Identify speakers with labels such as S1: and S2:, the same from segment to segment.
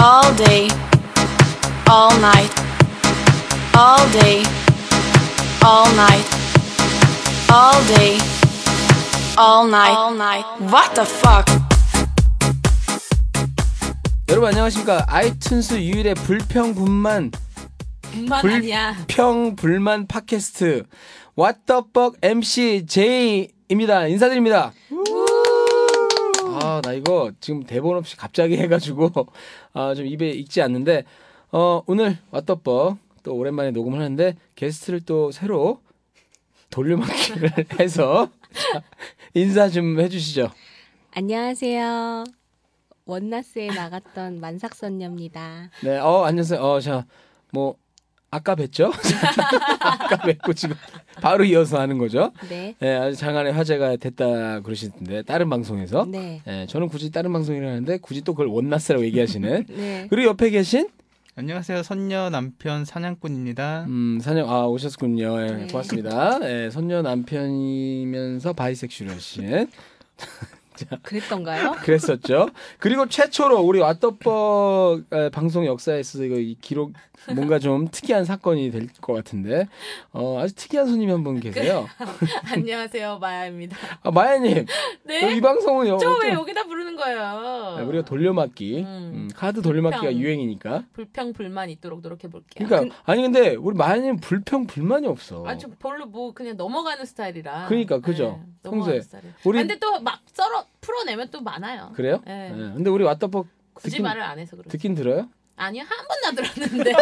S1: all day, all night, all day, all night, all day, all night, all night. What the fuck?
S2: 여러분 안녕하십니까 아이튠스 유일의 불평 분만
S3: 분만
S2: 불-
S3: 아니야.
S2: 평 불만 팟캐스트 What the fuck MC 제이입니다 인사드립니다. 아 나 이거 지금 대본 없이 갑자기 해가지고 아 좀 입에 익지 않는데 어 오늘 What the fuck 또 오랜만에 녹음을 하는데 게스트를 또 새로 돌려막기를 해서 자, 인사 좀 해주시죠.
S3: 안녕하세요. 원나스에 나갔던 만삭선녀입니다.
S2: 네, 어, 안녕하세요. 어, 자, 뭐, 아까 뵀죠? 아까 뵀고 지금 바로 이어서 하는 거죠?
S3: 네.
S2: 네, 아주 장안의 화제가 됐다 그러시던데, 다른 방송에서.
S3: 네.
S2: 네, 저는 굳이 다른 방송이라 하는데, 굳이 또 그걸 원나스라고 얘기하시는.
S3: 네.
S2: 그리고 옆에 계신,
S4: 안녕하세요. 선녀 남편 사냥꾼입니다.
S2: 음, 사냥, 아, 오셨군요. 예,
S3: 네.
S2: 고맙습니다. 예, 선녀 남편이면서 바이섹슈럴신.
S3: 그랬던가요? 아,
S2: 그랬었죠. 그리고 최초로 우리 왓더벅 에, 방송 역사에서 이거 이 기록 뭔가 좀 특이한 사건이 될 것 같은데 어, 아주 특이한 손님이 한 분 계세요.
S5: 안녕하세요 마야입니다.
S2: 아, 마야님, 너
S5: 네?
S2: 이 방송은 여-
S5: 저
S2: 어쩜-
S5: 왜 여기다 부르는 거예요?
S2: 네, 우리가 돌려막기 음, 카드 돌려막기가
S5: 불평.
S2: 유행이니까.
S5: 불평 불만 있도록 노력해볼게요.
S2: 그러니까 아니 근데 우리 마야님 불평 불만이 없어.
S5: 아주 별로 뭐 그냥 넘어가는 스타일이라. 네,
S2: 그러니까, 그죠? 평소에.
S5: 넘어가는 스타일.
S2: 우리-
S5: 우리... 근데 또 막 썰어 풀어내면 또 많아요.
S2: 그래요?
S5: 네.
S2: 예, 근데 우리 왓더벅
S5: 굳이
S2: 듣긴,
S5: 말을 안 해서 그렇지.
S2: 듣긴 들어요?
S5: 아니요 한 번도 안 들었는데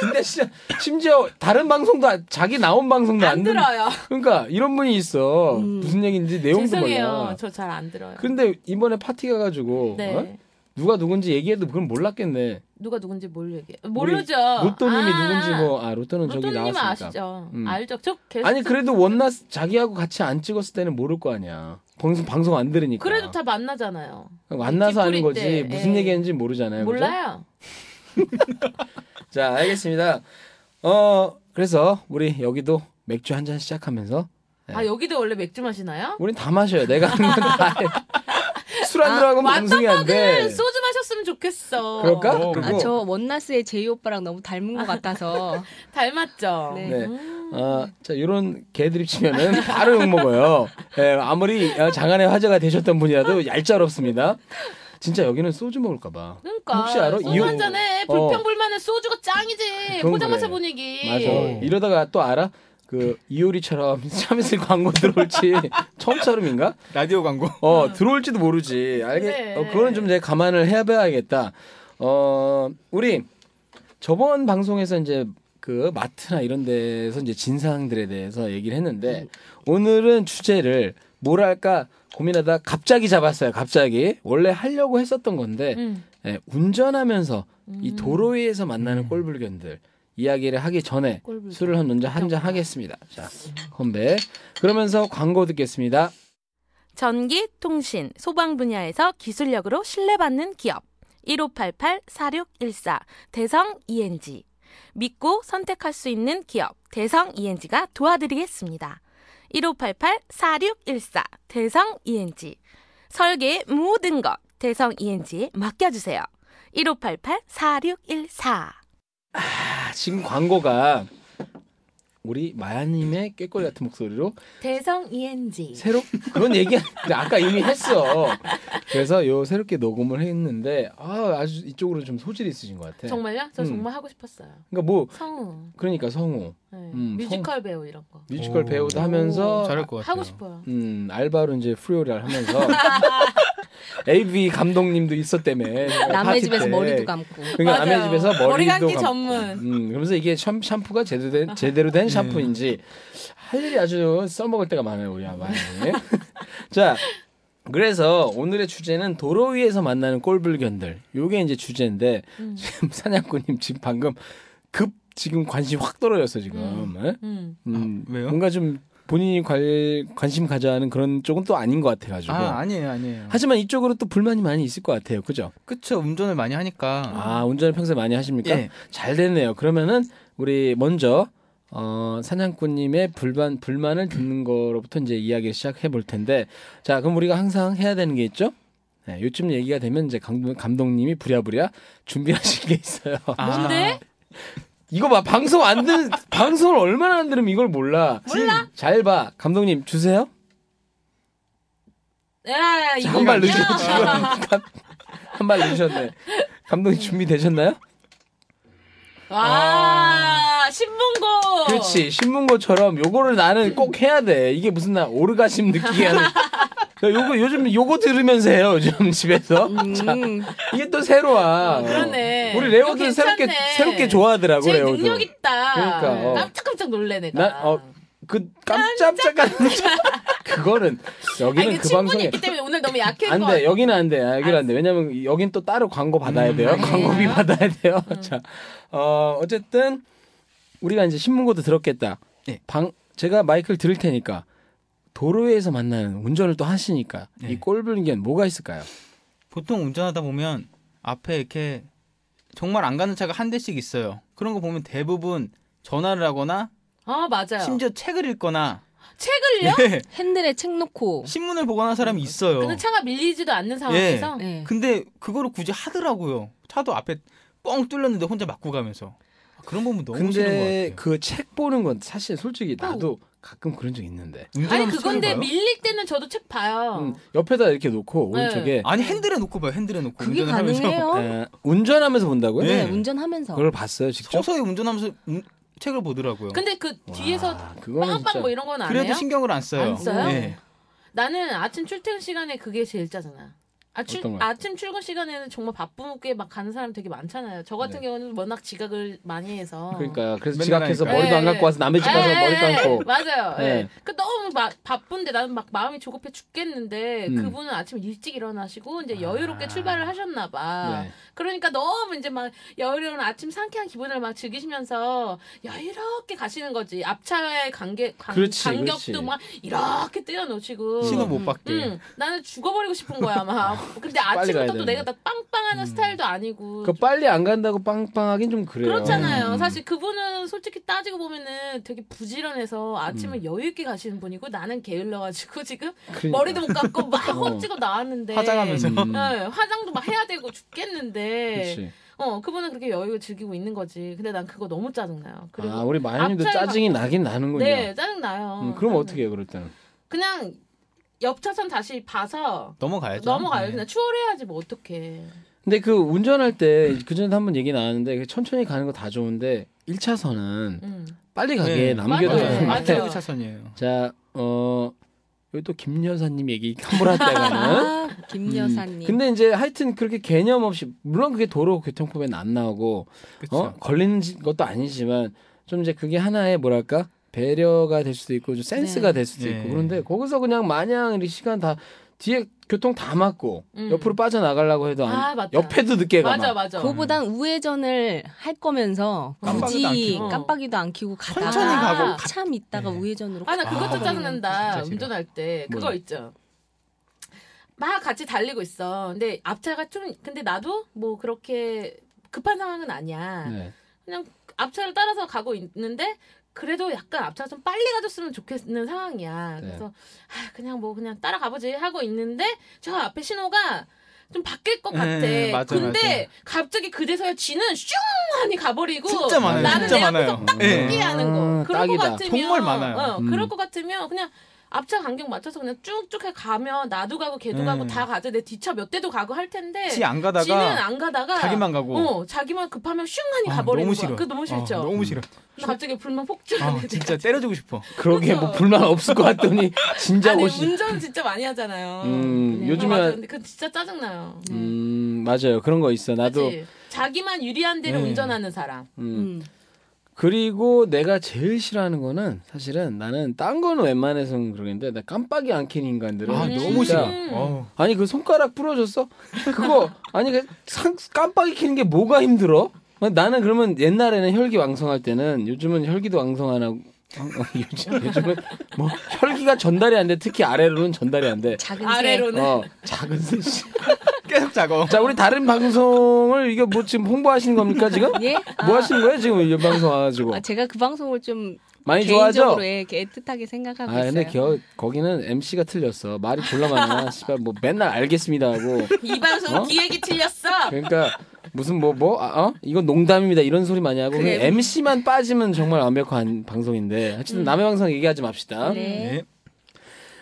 S2: 근데 진짜 심지어 다른 방송도 안- 자기 나온 방송도 안,
S5: 안
S2: 듣는-
S5: 들어요.
S2: 그러니까 이런 분이 있어.
S3: 음.
S2: 무슨 얘기인지 내용도 몰라.
S5: 죄송해요. 저 잘 안 들어요.
S2: 근데 이번에 파티 가가지고
S5: 네.
S2: 어? 누가 누군지 얘기해도 그건 몰랐겠네.
S5: 누가 누군지 뭘 얘기해? 모르죠.
S2: 로또님이
S5: 아,
S2: 누군지 뭐 아 로또는 저기
S5: 로또님
S2: 나왔으니까.
S5: 아시죠?
S2: 음.
S5: 알죠. 저 계속
S2: 아니 그래도 원나 스 자기하고 같이 안 찍었을 때는 모를 거 아니야. 방송 방송 안 들으니까.
S5: 그래도 다 만나잖아요.
S2: 만나서 하는
S5: 뒷풀이
S2: 거지
S5: 때,
S2: 무슨
S5: 예.
S2: 얘기했는지 모르잖아요. 그죠?
S5: 몰라요.
S2: 자 알겠습니다. 어 그래서 우리 여기도 맥주 한 잔 시작하면서
S5: 아 여기도 원래 맥주 마시나요?
S2: 우린 다 마셔요. 내가 하는 건다술안 들어가면
S5: 아,
S2: 방송이 안 돼.
S5: 소주 마셨으면 좋겠어.
S2: 그럴까?
S4: 어.
S2: 그리고
S3: 아, 저 원나스의 제이 오빠랑 너무 닮은 것 같아서.
S5: 닮았죠.
S3: 네.
S2: 네.
S5: 음.
S2: 아, 자, 요런 개드립 치면은 바로 욕먹어요. 예, 아무리 어, 장안의 화제가 되셨던 분이라도 얄짤없습니다. 진짜 여기는 소주 먹을까봐.
S5: 그러니까
S2: 혹시 알아?
S5: 소주
S2: 이유-
S5: 한 잔에
S2: 어.
S5: 불평불만은 소주가 짱이지.
S2: 그건
S5: 포장마차
S2: 그래.
S5: 분위기.
S2: 맞아.
S4: 오.
S2: 이러다가 또 알아? 그, 이효리처럼 참이슬 광고 들어올지, 처음처럼인가?
S4: 라디오 광고.
S5: 음.
S2: 어, 들어올지도 모르지. 알겠,
S5: 그래.
S2: 어, 그거는 좀 내가 감안을 해봐야겠다. 어, 우리 저번 방송에서 이제 그 마트나 이런 데서 이제 진상들에 대해서 얘기를 했는데
S5: 음.
S2: 오늘은 주제를 뭐랄까 고민하다 갑자기 잡았어요. 갑자기. 원래 하려고 했었던 건데
S5: 음.
S2: 예, 운전하면서 이
S5: 음.
S2: 도로 위에서 만나는 꼴불견들 이야기를 하기 전에
S5: 꼴불견. 아.
S2: 술을 한 먼저 한 잔 하겠습니다. 자, 건배. 그러면서 광고 듣겠습니다.
S6: 전기, 통신, 소방 분야에서 기술력으로 신뢰받는 기업. 1588-4614 대성 ENG. 믿고 선택할 수 있는 기업 대성 E ENG가 도와드리겠습니다. 1588-4614 대성 ENG. 설계의 모든 것 대성 E ENG에 맡겨주세요. 1588-4614
S2: 아, 지금 광고가 우리 마야님의 꾀꼬리 같은 목소리로
S6: 대성 E ENG
S2: 새로 그런 얘기 근데 아까 이미 했어. 그래서 요 새롭게 녹음을 했는데 아 아주 이쪽으로 좀 소질이 있으신 것 같아.
S5: 정말요? 저
S2: 음.
S5: 정말 하고 싶었어요.
S2: 그러니까 뭐
S5: 성우,
S2: 그러니까 성우
S5: 네.
S2: 음,
S5: 뮤지컬 배우 이런 거
S2: 뮤지컬
S4: 오.
S2: 배우도 하면서
S4: 어, 잘할 것 같아요.
S5: 하고 싶어요.
S2: 음 알바로 이제 프리오리를 하면서 AV 감독님도 있었다며
S3: 남의
S2: 어, 파티
S3: 집에서
S2: 때.
S3: 머리도 감고.
S2: 그러니까 남의
S5: 맞아요.
S2: 집에서
S5: 머리
S2: 머리도
S5: 감기
S2: 감고.
S5: 전문.
S2: 음, 그러면서 이게 샴, 샴푸가 제대로 된, 제대로 된 샴푸인지
S4: 음.
S2: 할 일이 아주 써먹을 때가 많아요 우리 아마님. 예? 자, 그래서 오늘의 주제는 도로 위에서 만나는 꼴불견들. 요게 이제 주제인데
S5: 음.
S2: 지금 사냥꾼님 지금 방금 급 지금 관심 확 떨어졌어 지금. 예?
S5: 음.
S2: 음,
S4: 아, 왜요?
S2: 뭔가 좀 본인이 관, 관심 가져하는 그런 쪽은 또 아닌 것 같아가지고.
S4: 아 아니에요 아니에요.
S2: 하지만 이쪽으로 또 불만이 많이 있을 것 같아요, 그죠?
S4: 그쵸 운전을 많이 하니까.
S2: 아 그러니까? 운전을 평소에 많이 하십니까?
S4: 예.
S2: 잘 됐네요. 그러면은 우리 먼저 어, 사냥꾼님의 불만 불만을 듣는 거로부터 이제 이야기를 시작해 볼 텐데, 자 그럼 우리가 항상 해야 되는 게 있죠? 네, 요쯤 얘기가 되면 이제 감- 감독님이 부랴부랴 준비하신 게 있어요.
S5: 아,
S4: 아,
S5: 뭔데?
S2: 이거 봐 방송 안 듣는 방송을 얼마나 안 들으면 이걸 몰라. 몰라? 잘 봐. 감독님 주세요.
S5: 야, 아, 이거
S2: 한 발
S5: 뭐냐?
S2: 늦으셨네. 한 발 늦으셨네. 감독님 준비되셨나요?
S5: 와, 신문고.
S2: 아. 그렇지 신문고처럼 요거를 나는 꼭 해야 돼. 이게 무슨 나 오르가심 느끼게 하는. 요거 요즘 요거 들으면서 해요. 요즘 집에서. 자,
S3: 음.
S2: 이게 또 새로와.
S5: 아, 그러네.
S2: 우리
S5: 이거
S2: 레오도 새롭게
S5: 괜찮네.
S2: 새롭게 좋아하더라고
S5: 제
S2: 레오도.
S5: 능력 있다.
S2: 그러니까, 어.
S5: 깜짝깜짝 놀래 내가.
S2: 난, 어, 그 깜짝깜짝 그거는
S5: 아니,
S2: 여기는
S5: 그
S2: 그
S5: 친분이
S2: 방송에
S5: 있기 때문에 오늘 너무 약한
S2: 안
S5: 거
S2: 돼.
S5: 같아.
S2: 여기는 안 돼. 아, 여기는 안 돼. 왜냐면 여긴 또 따로 광고 받아야 돼요. 광고비 받아야 돼요. 자, 어, 어쨌든 우리가 이제 신문고도 들었겠다.
S4: 네.
S2: 방 제가 마이크를 들을 테니까 도로에서 만나는 운전을 또 하시니까
S4: 네.
S2: 이 꼴불견 뭐가 있을까요?
S4: 보통 운전하다 보면 앞에 이렇게 정말 안 가는 차가 한 대씩 있어요. 그런 거 보면 대부분 전화를 하거나
S5: 아, 맞아요.
S4: 심지어 책을 읽거나
S5: 책을요?
S4: 예,
S3: 핸들에 책 놓고.
S4: 신문을 보거나 하는 사람이 있어요.
S5: 근데 차가 예. 밀리지도 않는 상황에서
S2: 예.
S3: 네.
S4: 근데 그거를 굳이 하더라고요. 차도 앞에 뻥 뚫렸는데 혼자 맞고 가면서 아, 그런 부분 너무 싫은 것
S2: 근데
S4: 같아요.
S2: 그 책 보는 건 사실 솔직히 나도 가끔 그런 적 있는데.
S5: 아니
S4: 운전하면서
S5: 그건데
S4: 책을 봐요?
S5: 밀릴 때는 저도 책 봐요.
S2: 음, 옆에다 이렇게 놓고
S5: 네.
S2: 오른쪽에
S4: 아니 핸들에 놓고 봐요. 핸들에 놓고
S3: 그게
S4: 운전을 하면서
S3: 가능해요?
S2: 에, 운전하면서 본다고요?
S3: 네,
S4: 네.
S3: 운전하면서.
S2: 그걸 봤어요 직접.
S4: 서서히 운전하면서 운- 책을 보더라고요.
S5: 근데 그 뒤에서
S2: 와, 그거는
S5: 빵빵
S2: 진짜-
S5: 뭐 이런 건 안 해요?
S4: 그래도 신경을 안 써요.
S5: 안 써요?
S4: 예.
S5: 나는 아침 출퇴근 시간에 그게 제일 짜잖아. 아, 출,
S2: 어떤 거요?
S5: 아침 출근 시간에는 정말 바쁘게 막 가는 사람 되게 많잖아요. 저 같은
S2: 네.
S5: 경우는 워낙 지각을 많이 해서.
S2: 그러니까 그래서
S4: 맨날
S2: 지각해서
S4: 하니까.
S2: 머리도 안 갖고 와서 남의 집 가서
S5: 예,
S2: 머리
S5: 예,
S2: 감고
S5: 예. 맞아요. 예.
S2: 예.
S5: 그 너무 막 바쁜데 나는 막 마음이 조급해 죽겠는데
S2: 음.
S5: 그분은 아침 일찍 일어나시고 이제 여유롭게
S2: 아.
S5: 출발을 하셨나 봐.
S2: 네.
S5: 그러니까 너무 이제 막 여유로운 아침 상쾌한 기분을 막 즐기시면서 여유롭게 가시는 거지. 앞차의 관계 관,
S2: 그렇지, 그렇지.
S5: 간격도 막 이렇게 떼어놓으시고.
S4: 신호 못 받게.
S5: 응, 나는 죽어버리고 싶은 거야, 막. 근데
S2: 네. 빨리 가야
S5: 아침부터 또
S2: 되는데. 음.
S5: 내가 다 빵빵하는 스타일도 아니고.
S2: 그 빨리 안 간다고 빵빵하긴 좀 그래요.
S5: 그렇잖아요.
S4: 음.
S5: 사실 그분은 솔직히 따지고 보면은 되게 부지런해서 아침에 여유있게 가시는 분이고 나는 게을러가지고 지금
S2: 음. 그러니까.
S5: 머리도 못 감고 막
S2: 어.
S5: 헛찍어 나왔는데.
S4: 화장하면서.
S2: 음.
S5: 네, 화장도 막 해야 되고 죽겠는데.
S2: 그렇지.
S5: 어, 그분은 그렇게 여유를 즐기고 있는 거지. 근데 난 그거 너무 짜증나요. 그리고
S2: 아 우리 마연님도
S5: 앞차에
S2: 짜증이 나긴 나는군요.
S5: 네, 짜증나요.
S2: 음, 그럼
S5: 짜증나.
S2: 어떻게 해요 그럴 때는?
S5: 그냥 옆차선 다시 봐서
S4: 넘어가야죠.
S5: 넘어가요.
S2: 네.
S4: 예.
S5: 그냥 추월해야지 뭐 어떡해.
S2: 근데 그 운전할 때 그전에도 한번 얘기 나왔는데 천천히 가는 거 다 좋은데 1차선은
S5: 음.
S2: 빨리 가게
S4: 네.
S2: 남겨둬야
S5: 맞아요.
S2: 되는 것
S5: 맞아요.
S2: 같아요.
S4: 앞에 차선이에요.
S2: 자, 어 여기 또 김 여사님 얘기 함부로하다가는
S3: 아, 김
S5: 네.
S3: 여사님.
S2: 근데 이제 하여튼 그렇게 개념 없이 물론 그게 도로 교통법에는 안 나오고
S4: 그쵸.
S2: 어? 걸리는 지- 것도 아니지만 좀 이제 그게 하나의 뭐랄까 배려가 될 수도 있고 좀 센스가 될 수도
S4: 네.
S2: 있고 그런데 거기서 그냥 마냥 이렇게 시간 다 뒤에 교통 다 막고
S5: 음.
S2: 옆으로 빠져나가려고 해도 안,
S5: 아, 맞다.
S2: 옆에도 늦게 가.
S5: 맞아,
S2: 막.
S5: 맞아.
S3: 그거보단 우회전을 할 거면서
S4: 깜빡이도 안
S3: 굳이
S4: 켜고.
S3: 깜빡이도 안 켜고 가다가
S4: 천천히
S5: 가고 가-
S3: 참 있다가
S4: 네.
S3: 우회전으로
S5: 아, 나
S4: 아,
S5: 그것도
S4: 그거는
S5: 짜증난다.
S4: 진짜 싫어.
S5: 운전할 때. 그거
S2: 뭐요?
S5: 있죠. 막 같이 달리고 있어. 근데 앞차가 좀, 근데 나도 뭐 그렇게 급한 상황은 아니야.
S2: 네.
S5: 그냥 앞차를 따라서 가고 있는데, 그래도 약간 앞차가 좀 빨리 가줬으면 좋겠는 상황이야.
S2: 네.
S5: 그래서, 아, 그냥 뭐 그냥 따라가보지 하고 있는데, 저 앞에 신호가 좀 바뀔 것 같아.
S4: 네, 맞아,
S5: 근데 갑자기 그제서야 쥐는 슝! 하니 가버리고.
S4: 진짜 많아요.
S5: 나는
S4: 진짜
S5: 내 앞에서
S4: 많아요.
S5: 딱
S4: 예.
S5: 포기하는
S2: 아,
S5: 거. 그럴 것
S2: 딱이다.
S5: 같으면
S4: 정말 많아요.
S5: 어,
S2: 음.
S5: 그럴 것 같으면 그냥 앞차 간격 맞춰서 그냥 쭉쭉 해 가면 나도 가고 걔도
S4: 음.
S5: 가고 다 가도 내 뒤차 몇 대도 가고 할 텐데
S4: 지 안
S5: 지는
S4: 가다가
S5: 안 가다가
S4: 자기만 가고.
S5: 어 자기만 급하면 슝하니
S4: 아,
S5: 가버리는
S4: 너무
S5: 거야.
S4: 싫어.
S5: 그 너무 싫죠. 네.
S4: 아, 너무 싫어.
S5: 나 갑자기 불만 폭주하는
S4: 아, 진짜 때려주고 싶어.
S2: 그러게 뭐
S5: 그렇죠.
S2: 불만 없을 것 같더니 진짜
S5: 아니
S2: 오시.
S5: 운전 진짜 많이 하잖아요.
S2: 음,
S3: 네.
S5: 아, 맞아.
S2: 요즘에
S5: 근데 그 진짜 짜증 나요.
S2: 음 맞아요 그런 거 있어 나도
S5: 자기만 유리한 대로
S4: 네.
S5: 운전하는 사람.
S2: 음,
S3: 음.
S2: 그리고 내가 제일 싫어하는 거는 사실은 나는 딴 거는 웬만해서는 그러겠는데 나 깜빡이 안 켜는 인간들은
S4: 아,
S5: 음.
S4: 너무 싫어.
S2: 진짜
S4: 어우.
S2: 아니 그 손가락 부러졌어? 그거 아니 그 상- 깜빡이 켜는 게 뭐가 힘들어? 어, 나는 그러면 옛날에는 혈기 왕성할 때는 요즘은 혈기도 왕성 안 하고 어, 어, 요즘, 요즘은 뭐 혈기가 전달이 안 돼 특히 아래로는 전달이 안 돼.
S3: 작은 새.
S5: 아래로는
S2: 어 작은 새씨
S4: 계속 작업.
S2: 자, 우리 다른 방송을 이게 뭐 지금 홍보하시는 겁니까 지금?
S3: 예? 아,
S2: 뭐 하시는 거예요 지금 이 방송 와가지고?
S3: 아, 제가 그 방송을 좀
S2: 어. 많이 좋아하죠?
S3: 개인적으로 예, 이렇게 애틋하게 생각하고
S2: 아 근데
S3: 있어요.
S2: 겨, 거기는 MC가 틀렸어 말이 졸라 많아 씨발 뭐 맨날 알겠습니다 하고
S5: 이 방송
S2: 어?
S5: 기획이 틀렸어.
S2: 그러니까 무슨 뭐 뭐 어? 이건 농담입니다 이런 소리 많이 하고
S3: 그래.
S2: MC만 빠지면 정말 완벽한 방송인데
S3: 음.
S2: 하여튼 남의 방송 얘기하지 맙시다
S3: 네.
S4: 네.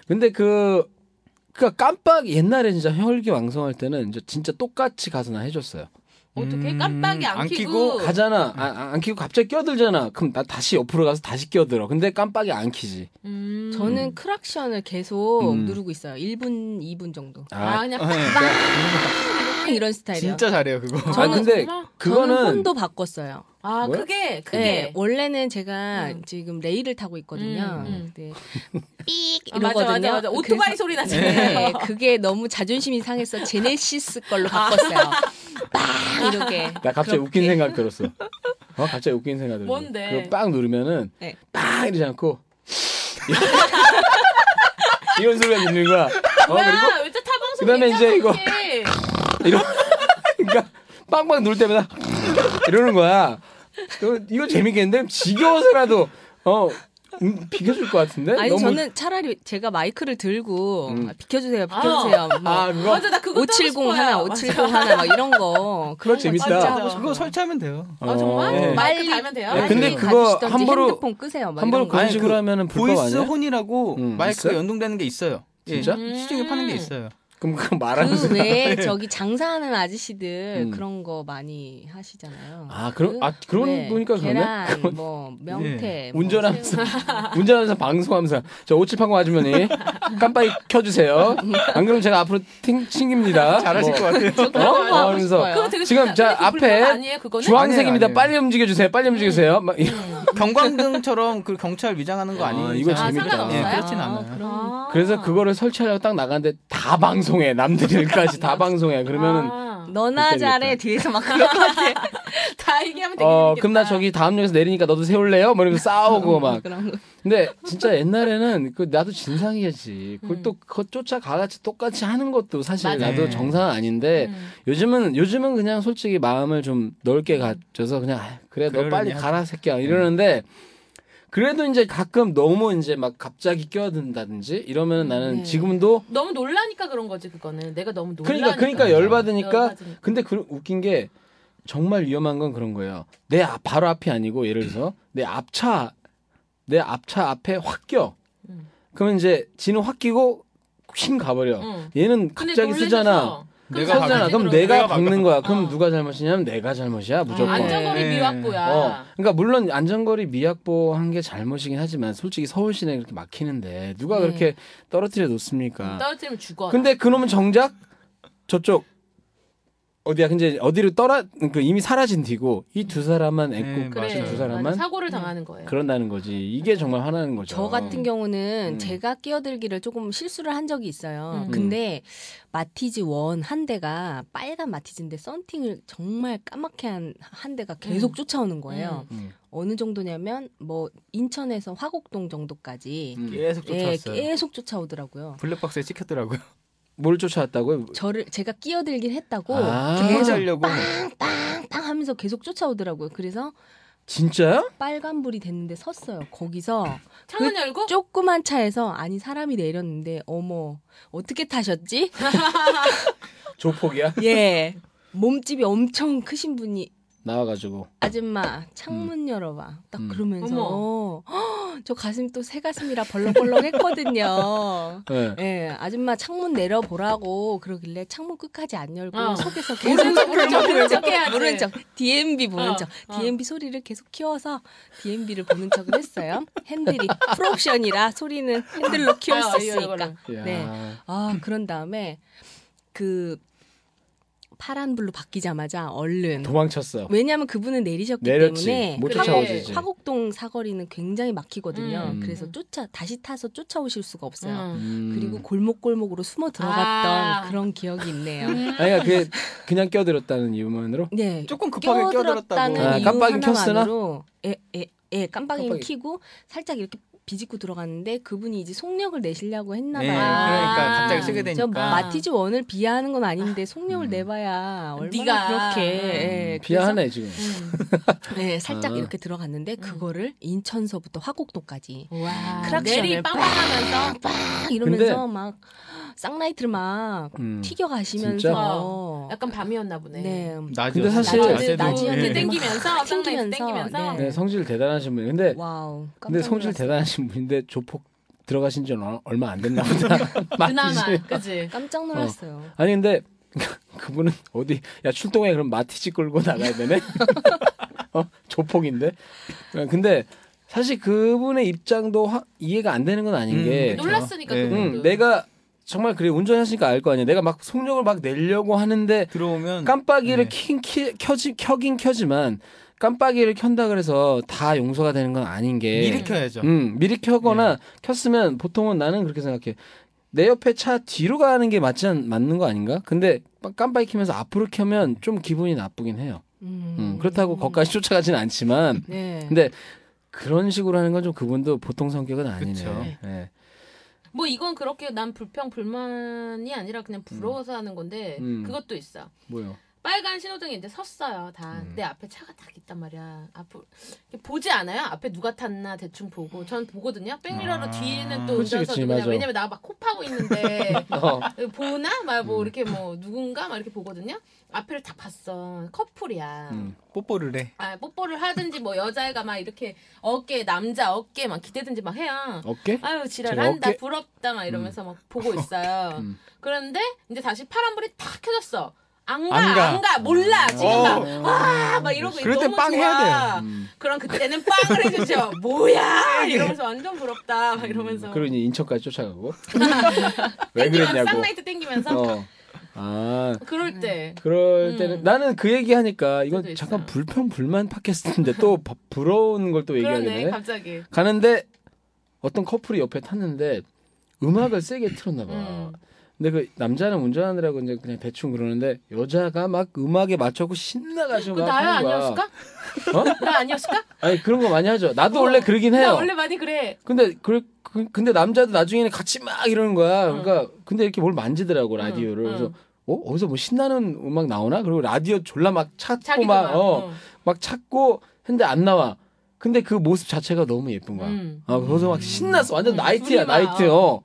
S2: 근데 그 그니까 깜빡 옛날에 진짜 혈기 왕성할 때는 이제 진짜 똑같이 가서나 해줬어요.
S5: 어떻게
S4: 음,
S5: 깜빡이 안,
S4: 안
S3: 어.
S5: 켜고?
S2: 가잖아 아, 아, 안 키고 갑자기 끼어들잖아. 그럼 나 다시 옆으로 가서 다시 끼어들어. 근데 깜빡이 안 키지.
S5: 음.
S3: 저는 크락션을 계속
S2: 음.
S3: 누르고 있어요. 1분, 2분 정도.
S5: 아,
S2: 아,
S5: 그냥
S4: 네.
S3: 이런 스타일이에요.
S4: 진짜 잘해요 그거.
S2: 아,
S3: 저는
S2: 근데
S5: 정말-
S2: 그거는
S3: 저는 혼도 바꿨어요.
S5: 아
S2: 뭐야?
S5: 그게 그게
S3: 네, 원래는 제가
S5: 음.
S3: 지금 레일을 타고 있거든요.
S5: 음, 음.
S3: 네.
S5: 아, 맞아 맞아
S3: 이러거든요.
S5: 맞아 오토바이
S3: 그래서-
S5: 소리
S3: 네,
S5: 나잖아요.
S3: 그게 너무 자존심이 상해서 제네시스 걸로 바꿨어요. 빵 이렇게.
S2: 나 갑자기
S3: 그렇게.
S2: 웃긴 생각 들었어. 어, 갑자기 웃긴 생각 들었어.
S5: 뭔데?
S2: 그거 빵 누르면은
S3: 네.
S2: 빵 이러지 않고 이런 소리가 들리는 거야. 어, 그리고
S5: 뭐야 왜또 타방송
S2: 그다음에 이제 이거-
S5: 이렇게.
S2: 이런 그러니까 빵빵 누를 때마다 이러는 거야. 그, 이거, 이거 재밌겠는데 지겨워서라도 어 음, 비켜줄 것 같은데.
S3: 아니
S2: 너무-
S3: 저는 차라리 제가 마이크를 들고
S2: 음.
S3: 아, 비켜주세요, 비켜주세요. 뭐
S2: 아 그거
S5: 맞아 나 그거
S3: 570 하나, 570 하나 막 이런 거.
S2: 그거
S3: 그런 거
S2: 재밌다.
S3: 진짜
S5: 맞아.
S4: 그거 설치하면 돼요.
S5: 아 정말?
S2: 어,
S5: 마이크
S3: 빨리-
S5: 달면 돼요?
S2: 야,
S3: 아,
S2: 근데
S3: 그거
S2: 그거
S3: 가지시던지
S2: 함부로-
S3: 핸드폰 끄세요. 막
S2: 함부로
S3: 이런 거.
S2: 그런
S4: 아니,
S2: 식으로
S4: 그
S2: 하면은 불법
S4: 보이스
S2: 아니야?
S4: 혼이라고
S2: 음,
S4: 마이크가
S2: 있어요?
S4: 연동되는 게 있어요. 예,
S2: 진짜?
S4: 시중에 파는 게 있어요.
S2: 그럼 그 말하는
S3: 그
S2: 순간.
S3: 외에 저기 장사하는 아저씨들
S2: 음.
S3: 그런 거 많이 하시잖아요.
S2: 아 그런 아 그런
S3: 네,
S2: 보니까 그러네.
S3: 계란, 뭐 명태, 뭐
S2: 운전하면서 운전하면서 방송하면서 저 5780 아주머니 깜빡이 켜주세요. 안 그러면 제가 앞으로 튕, 튕깁니다.
S4: 잘하실
S2: 뭐,
S4: 것 같아요.
S2: 어?
S3: 그런 거
S2: 어?
S3: 하고
S2: 하면서
S3: 싶어요.
S5: 그거 되게
S2: 지금
S5: 불편-
S2: 자,
S5: 근데 그거 불편
S2: 앞에
S5: 아니에요 그거는?
S2: 주황색입니다.
S4: 아니에요, 아니에요.
S2: 빨리 움직여주세요. 빨리 움직여주세요. 막 이-
S4: 경광등처럼 그 경찰 위장하는 거
S2: 아,
S4: 아니에요?
S2: 이거
S5: 재밌다.
S4: 예,
S5: 상관없어요?
S4: 그렇진 않아요.
S5: 아.
S2: 그래서 그거를 설치하려고 딱 나갔는데 다 방송해. 남들일까지 다 방송해. 그러면은
S5: 아,
S3: 너나
S2: 그때
S3: 잘해 뒤에서 막 그런 거
S5: 다 얘기하면 되게
S2: 어
S5: 재밌겠다.
S2: 그럼 나 저기 다음 역에서 내리니까 너도 세울래요? 뭐 이러면서 싸우고 막
S3: 그런 거.
S2: 근데 진짜 옛날에는 그 나도 진상이었지. 그걸 또 그거 쫓아가같이 똑같이 하는 것도 사실
S5: 맞아요.
S2: 나도
S4: 네.
S2: 정상은 아닌데
S5: 음.
S2: 요즘은 요즘은 그냥 솔직히 마음을 좀 넓게 갖져서 그냥 아, 그래 너
S4: 그러려니
S2: 빨리
S4: 하지.
S2: 가라 새끼야 이러는데 그래도 이제 가끔 너무 이제 막 갑자기 끼어든다든지 이러면 나는
S3: 네.
S2: 지금도
S5: 너무 놀라니까 그런 거지 그거는 내가 너무
S2: 그러니까
S5: 놀라니까.
S2: 그러니까 열받으니까
S5: 열받으니까.
S2: 근데 그 웃긴 게 정말 위험한 건 그런 거예요. 내 앞- 바로 앞이 아니고 예를 들어서 내 앞차 내 앞차 앞에 확 껴.
S5: 음.
S2: 그러면 이제 지는 확 끼고 휙 가버려.
S5: 응.
S2: 얘는
S5: 근데
S2: 갑자기
S5: 놀래줘서
S2: 쓰잖아.
S4: 내가
S5: 그럼
S2: 쓰잖아.
S5: 가게
S2: 그럼
S5: 들어.
S2: 내가
S4: 내가
S2: 박는 거야. 그럼
S5: 어. 아,
S2: 누가 잘못이냐면 내가 잘못이야 무조건.
S5: 안전거리
S4: 네.
S5: 미확보야.
S2: 어, 그러니까 물론 안전거리 미확보 한 게 잘못이긴 하지만 솔직히 서울 시내 그렇게 막히는데 누가
S3: 네.
S2: 그렇게 떨어뜨려 놓습니까?
S5: 그러니까. 음, 떨어뜨리면 죽어.
S2: 근데 그놈은 정작 저쪽 어디야? 근데 어디로 떨어 그 이미 사라진 뒤고 이 두 사람만
S4: 네,
S2: 애
S4: 그래.
S2: 꼽힌 두
S4: 맞아요.
S2: 사람만
S5: 맞아, 사고를 당하는 거예요.
S2: 그런다는 거지. 이게 정말 화나는 거죠.
S4: 어.
S3: 저 같은 경우는
S2: 음.
S3: 제가 끼어들기를 조금 실수를 한 적이 있어요.
S5: 음.
S3: 근데 마티즈 원 한 대가 빨간 마티즈인데 썬팅을 정말 까맣게 한 한 대가 계속
S5: 음.
S3: 쫓아오는 거예요.
S2: 음.
S3: 어느 정도냐면 뭐 인천에서 화곡동 정도까지
S2: 음.
S4: 계속
S3: 예,
S4: 쫓아왔어요.
S3: 계속 쫓아오더라고요.
S4: 블랙박스에 찍혔더라고요.
S2: 뭘 쫓아왔다고요?
S3: 저를 제가 끼어들긴 했다고
S2: 아.
S3: 계속
S4: 하려고
S3: 땅땅 하면서 계속 쫓아오더라고요. 그래서
S2: 진짜야?
S3: 빨간불이 됐는데 섰어요. 거기서
S2: 그
S5: 창문 열고
S3: 조그만 차에서 아니 사람이 내렸는데 어머 어떻게 타셨지?
S2: 조폭이야?
S3: 예. 몸집이 엄청 크신 분이
S2: 나와가지고.
S3: 아줌마 창문 열어봐 딱
S2: 음.
S3: 그러면서
S5: 어머.
S3: 헉, 저 가슴이 또 새 가슴이라 벌렁벌렁 했거든요.
S2: 예.
S3: 예, 아줌마 창문 내려보라고 그러길래 창문 끝까지 안 열고
S5: 어.
S3: 속에서 계속
S5: 모른 척 모른 척 모른 척 해야지.
S3: 모른 척 DMB 보는
S5: 어,
S3: 척
S5: 어.
S3: DMB 소리를 계속 키워서 DMB를 보는 척을 했어요. 핸들이 프로옵션이라 소리는 핸들로 키울
S5: 아,
S3: 수
S5: 이거, 이거,
S3: 있으니까.
S2: 야.
S3: 네. 아 그런 다음에 그 파란 불로 바뀌자마자 얼른
S2: 도망쳤어.
S3: 왜냐하면 그분은 내리셨기
S2: 내렸지.
S3: 때문에
S2: 못
S5: 그래.
S2: 쫓아오지.
S3: 화곡동 사거리는 굉장히 막히거든요.
S2: 음.
S3: 그래서 쫓아 다시 타서 쫓아오실 수가 없어요.
S5: 응.
S2: 음.
S3: 그리고 골목골목으로 숨어 들어갔던
S5: 아.
S3: 그런 기억이 있네요.
S2: 아니 그러니까 그게 그냥 껴들었다는 이유만으로
S3: 네.
S4: 조금 급하게
S3: 껴들었다는
S4: 껴들었다고.
S2: 아,
S3: 이유
S2: 깜빡이 켰으나?
S3: 하나만으로 예, 예, 예, 깜빡이
S2: 깜빡이.
S3: 켜고 살짝 이렇게 비집고 들어갔는데 그분이 이제 속력을 내시려고 했나
S4: 네,
S3: 봐요.
S4: 그러니까 갑자기 쓰게
S3: 예, 저뭐
S4: 되니까.
S3: 마티즈 원을 비하하는 건 아닌데 속력을
S4: 음.
S3: 내봐야 얼마나
S5: 네가.
S3: 그렇게 예,
S2: 음, 비하하네 지금.
S3: 그래서, 네, 살짝
S2: 아.
S3: 이렇게 들어갔는데 그거를 인천서부터 화곡도까지
S5: 음. 와.
S3: 크락션을
S5: 아, 내리 빵빵하면서
S3: 막 이러면서 막 쌍라이트를 막
S2: 음.
S3: 튀겨가시면서
S5: 약간 밤이었나 보네.
S3: 네
S4: 낮이었어요. 예.
S2: 근데 사실-
S5: 낮에도
S3: 낮이었는데
S5: 이렇게
S3: 네.
S5: 땡기면서
S3: 막
S5: 땡기면서
S3: 튕기면서,
S5: 땡기면서
S2: 네, 성질 대단하신 분이. 근데
S3: 와우 깜짝
S2: 근데 성질
S3: 놀랐어요.
S2: 대단하신 분인데 조폭 들어가신 지는 얼- 얼마 안 됐나 보다.
S5: 그나마 그지.
S3: 깜짝 놀랐어요.
S2: 아니 근데 그분은 어디 야 출동해 그럼 마티즈 끌고 나가야 되네. 어? 조폭인데. 어, 근데 사실 그분의 입장도 화- 이해가 안 되는 건 아닌
S4: 음,
S2: 게
S4: 그렇죠.
S5: 놀랐으니까
S4: 네.
S5: 그분도.
S2: 음, 내가 정말 그래 운전하시니까 알 거 아니야. 내가 막 속력을 막 내려고 하는데
S4: 들어오면
S2: 깜빡이를
S4: 네.
S2: 킨, 키, 켜지, 켜긴 켜지만 깜빡이를 켠다 그래서 다 용서가 되는 건 아닌 게
S4: 미리 켜야죠.
S2: 음, 미리 켜거나 켰으면 보통은 나는 그렇게 생각해. 내 옆에 차 뒤로 가는 게 맞지 않, 맞는 거 아닌가? 근데 빡- 깜빡이 켜면서 앞으로 켜면 좀 기분이 나쁘긴 해요.
S3: 음.
S2: 음, 그렇다고 거기까지 쫓아가진 않지만
S3: 네.
S2: 근데 그런 식으로 하는 건 좀 그분도 보통 성격은
S4: 그쵸.
S2: 아니네요. 예.
S5: 뭐 이건 그렇게 난 불평 불만이 아니라 그냥 부러워서 하는 건데
S2: 음.
S5: 그것도 있어.
S2: 뭐요?
S5: 빨간 신호등에 이제 섰어요. 다
S2: 음.
S5: 내 앞에 차가 딱 있단 말이야. 앞으로 이렇게 보지 않아요? 앞에 누가 탔나 대충 보고 전 보거든요. 백미러로
S4: 아.
S5: 뒤에는 또
S2: 그치,
S5: 운전석
S2: 그치,
S5: 그냥
S2: 맞아.
S5: 왜냐면 나 막 코파고 있는데
S2: 어.
S5: 보나 막
S2: 음.
S5: 뭐 이렇게 뭐 누군가 막 이렇게 보거든요. 앞을 다 봤어. 커플이야.
S2: 음.
S4: 뽀뽀를 해.
S5: 아 뽀뽀를 하든지 뭐 여자애가 막 이렇게 어깨 남자 어깨 막 기대든지 막 해요.
S2: 어깨? 제가
S5: 아유 지랄한다
S2: 어깨-
S5: 부럽다 막 이러면서 막 보고 있어요.
S2: 음.
S5: 그런데 이제 다시 파란불이 탁 켜졌어. 안 가,
S4: 안
S5: 안 가,
S4: 가.
S5: 몰라. 지금
S4: 어.
S5: 막와막 이러고
S4: 그럴 땐
S5: 너무
S4: 빵
S5: 좋아.
S4: 해야
S2: 음.
S5: 그럼 그때는 빵을 해주죠. 뭐야 이러면서 완전 부럽다 막 이러면서
S2: 그러니 인천까지 쫓아가고 왜
S5: 땡기면서
S2: 그랬냐고.
S5: 쌍라이트 땡기면서
S2: 어. 아
S5: 그럴 때
S2: 그럴
S5: 음.
S2: 때는 나는 그 얘기하니까 이건
S5: 그래도
S2: 잠깐
S5: 있어요.
S2: 불평 불만 팟캐스트인데 또 바- 부러운 걸 또 얘기하게
S5: 그러네
S2: 되네.
S5: 갑자기.
S2: 어, 가는데 어떤 커플이 옆에 탔는데 음악을 세게 틀었나 봐.
S5: 음.
S2: 근데 그 남자는 운전하느라고 이제 그냥 대충 그러는데 여자가 막 음악에 맞춰고 신나가지고
S5: 그
S2: 막
S5: 나야
S2: 하는 거야.
S5: 아니었을까?
S2: 어?
S5: 나 아니었을까?
S2: 아니 그런 거 많이 하죠. 나도 원래 그러긴 해요.
S5: 어. 나 원래 많이 그래.
S2: 근데 그 그- 근데 남자도 나중에는 같이 막 이러는 거야. 그러니까 근데 이렇게 뭘 만지더라고 라디오를.
S5: 응,
S2: 그래서
S5: 응.
S2: 어 어디서 뭐 신나는 음악 나오나? 그리고 라디오 졸라 막 찾고
S5: 자기도
S2: 막
S5: 막.
S2: 어,
S5: 어.
S2: 막 찾고 했는데 안 나와. 근데 그 모습 자체가 너무 예쁜 거야.
S5: 음.
S2: 아, 거기서 막 신났어. 완전
S5: 음,
S2: 나이트야,
S5: 둘이 막,
S2: 나이트. 어.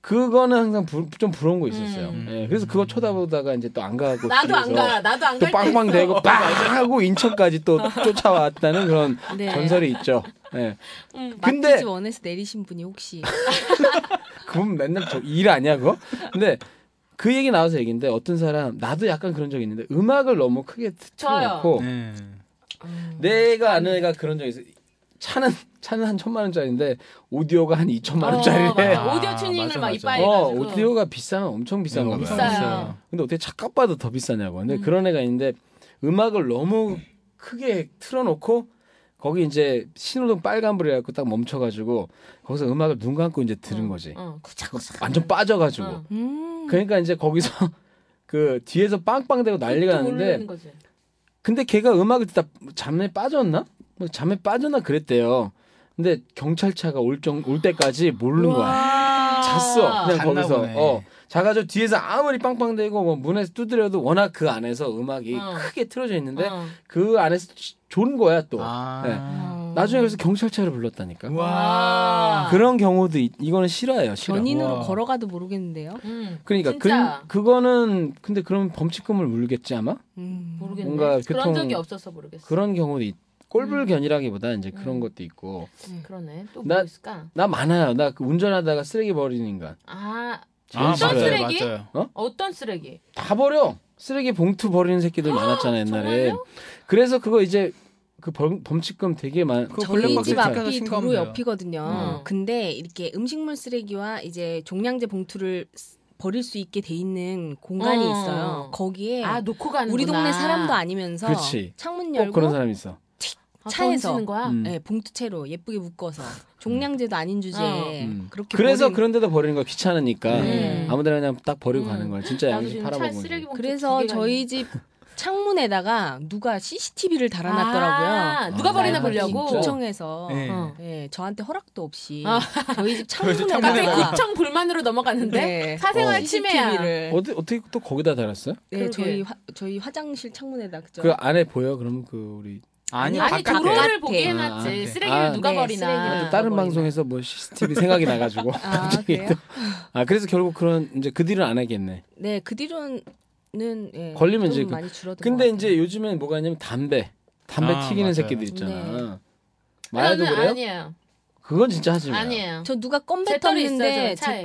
S2: 그거는 항상 부- 좀 부러운 거 있었어요.
S5: 음.
S2: 예, 그래서 그거 쳐다보다가 이제 또 안 가고
S5: 나도 안
S2: 집에서
S5: 가. 나도 안
S2: 또
S5: 갈. 때
S2: 빵빵
S5: 있어.
S2: 대고 빵 하고 인천까지 또 쫓아왔다는 그런
S3: 네.
S2: 전설이 있죠. 예.
S5: 음.
S2: 근데-
S3: 마티즈 원에서 내리신 분이 혹시
S2: 그분 맨날 저 일 아니야 그거? 근데 그 얘기 나와서 얘기인데 어떤 사람 나도 약간 그런 적 있는데 음악을 너무 크게 틀어놓고
S4: 네.
S2: 내가 아는 애가 그런 적 있어. 차는 차는 한 천만 원짜리인데 오디오가 한 이천만 원짜리래.
S5: 어, 맞아. 오디오 튜닝을
S4: 맞아,
S5: 막
S4: 맞아.
S5: 이빨
S2: 어,
S5: 해가지고.
S2: 오디오가 비싸면 엄청 비싼 거
S4: 네,
S2: 봐요.
S5: 비싸요. 음.
S2: 근데 어떻게 차 값봐도 더 비싸냐고. 근데 그런 애가 있는데 음악을 너무 크게 틀어놓고 거기 이제 신호등 빨간불이 갖고 딱 멈춰가지고 거기서 음악을 눈 감고 이제 들은 거지. 뭐.
S5: 어, 구차구차.
S2: 완전 빠져가지고.
S5: 어.
S3: 음.
S2: 그러니까 이제 거기서 그 뒤에서 빵빵대고 난리가
S5: 또
S2: 나는데
S5: 모르는 거지.
S2: 근데 걔가 음악을 듣다 잠에 빠졌나? 뭐 잠에 빠졌나 그랬대요. 근데 경찰차가 올, 정, 올 때까지 모르는 거야.
S3: 아.
S5: 와.
S2: 아, 잤어. 그냥
S4: 잤나
S2: 거기서.
S4: 보네.
S2: 어. 자가지고 뒤에서 아무리 빵빵대고 뭐 문에서 두드려도 워낙 그 안에서 음악이
S5: 어.
S2: 크게 틀어져 있는데
S5: 어.
S2: 그 안에서 치- 졸은 거야 또. 예.
S4: 아.
S3: 어.
S2: 나중에 그래서 경찰차를 불렀다니까.
S4: 와.
S2: 그런 경우도 있- 이거는 실화예요. 실화.
S3: 견인으로
S4: 와.
S3: 걸어가도 모르겠는데요.
S5: 음,
S2: 그러니까
S5: 진짜.
S2: 그, 그거는 근데 그럼 범칙금을 물겠지 아마?
S3: 음.
S5: 모르겠네.
S2: 뭔가
S5: 그런
S2: 교통-
S5: 적이 없어서 모르겠어.
S2: 그런 경우도 있, 꼴불견이라기보다 이제 그런
S5: 음.
S2: 것도 있고.
S5: 그러네. 또
S2: 나-
S5: 뭐 있을까?
S2: 나 많아요. 나그 운전하다가 쓰레기 버리는 인간.
S5: 아,
S2: 제일
S4: 아,
S2: 싫어요.
S5: 맞아요.
S4: 맞아요,
S5: 쓰레기?
S4: 맞아요.
S5: 어떤 쓰레기?
S2: 다 버려. 쓰레기 봉투 버리는 새끼들 많았잖아 옛날에.
S5: 정말요?
S2: 그래서 그거 이제 그 범, 범칙금 되게 많.
S4: 그거
S3: 저희
S4: 블랙박스
S3: 집
S4: 진짜
S3: 앞이
S4: 신고하면
S3: 도로
S4: 돼요.
S3: 옆이거든요.
S5: 음.
S2: 어.
S3: 근데 이렇게 음식물 쓰레기와 이제 종량제 봉투를 쓰- 버릴 수 있게 돼 있는 공간이
S5: 어.
S3: 있어요. 거기에
S5: 아, 놓고 가는
S3: 네. 우리 동네 사람도 아니면서
S2: 그렇지.
S3: 창문
S2: 꼭
S3: 열고
S2: 그런 사람 있어.
S3: 차에서.
S5: 는 아, 거야.
S2: 음.
S3: 네, 봉투채로 예쁘게 묶어서 종량제도 아닌 주제에
S2: 음.
S3: 그렇게
S2: 그래서
S3: 버린-
S2: 그런데도 버리는 거 귀찮으니까
S5: 음.
S2: 아무데나 그냥 딱 버리고
S5: 음.
S2: 가는 거야. 진짜
S5: 나도
S2: 양심
S5: 지금 차에
S2: 네, 팔아먹는 거.
S5: 쓰레기 봉투
S3: 그래서
S5: 두 개가
S3: 저희 집 창문에다가 누가 CCTV를 달아놨더라고요. 네,
S5: 아, 누가 버리나
S2: 아,
S5: 보려고.
S2: 진짜?
S3: 구청에서
S4: 네.
S5: 어.
S3: 예, 저한테 허락도 없이
S5: 아.
S3: 저희 집
S5: 갑자기
S3: 창문에다가
S5: 구청 불만으로 넘어갔는데
S3: 네.
S5: 사생활 침해야.
S3: CCTV를
S2: 어디 어떻게 또 거기다 달았어요?
S3: 네,
S5: 그러게.
S3: 저희 화, 저희 화장실 창문에다 그죠? 아,
S2: 그 안에 보여? 그럼 그 우리
S4: 아니,
S5: 아니
S4: 바깥에.
S5: 도로를
S3: 바깥에.
S5: 보게
S4: 아,
S5: 해놨지
S4: 바깥에.
S5: 쓰레기를
S2: 아,
S5: 누가
S3: 네, 쓰레기를
S5: 버리나
S3: 또
S2: 다른
S3: 버리나.
S2: 방송에서 뭐 CCTV 생각이 나가지고
S3: 아,
S2: 갑자기
S3: 그래요?
S2: 또- 아 그래서 결국 그런 이제 그 뒤는 안 하겠네.
S3: 네, 그 뒤로는 예,
S2: 걸리면
S3: 좀
S2: 이제 그-
S3: 많이 줄어든
S2: 근데
S3: 것 같아요.
S2: 이제 요즘엔 뭐가 있냐면 담배, 담배
S4: 아,
S2: 튀기는
S4: 맞아요.
S2: 새끼들 있잖아. 마야도
S5: 저는
S2: 그래요?
S5: 아니에요
S2: 그건 진짜 하지 마요.
S5: 아니에요
S3: 저 누가 껌
S5: 제 떨이 있어요,
S3: 뱉었는데
S5: 저 차에.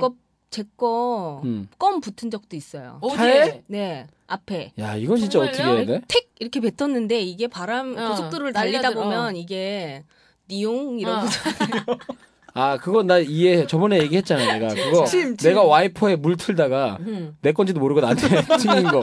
S3: 제거제거껌
S2: 음.
S3: 붙은 적도 있어요.
S5: 어디에
S2: 차에?
S3: 네, 앞에
S2: 야 이건 진짜 어떻게
S5: 정말요?
S2: 해야 돼?
S3: 틱 이렇게 뱉었는데 이게 바람
S5: 어,
S3: 고속도로를 달리다
S5: 날려들-
S3: 보면 이게 니용 이러고
S5: 어.
S2: 아 그건 나 이해해. 저번에 얘기했잖아 내가 그거.
S5: 침,
S2: 내가 와이퍼에 물 틀다가
S5: 음.
S2: 내 건지도 모르고 나한테 튀긴 거.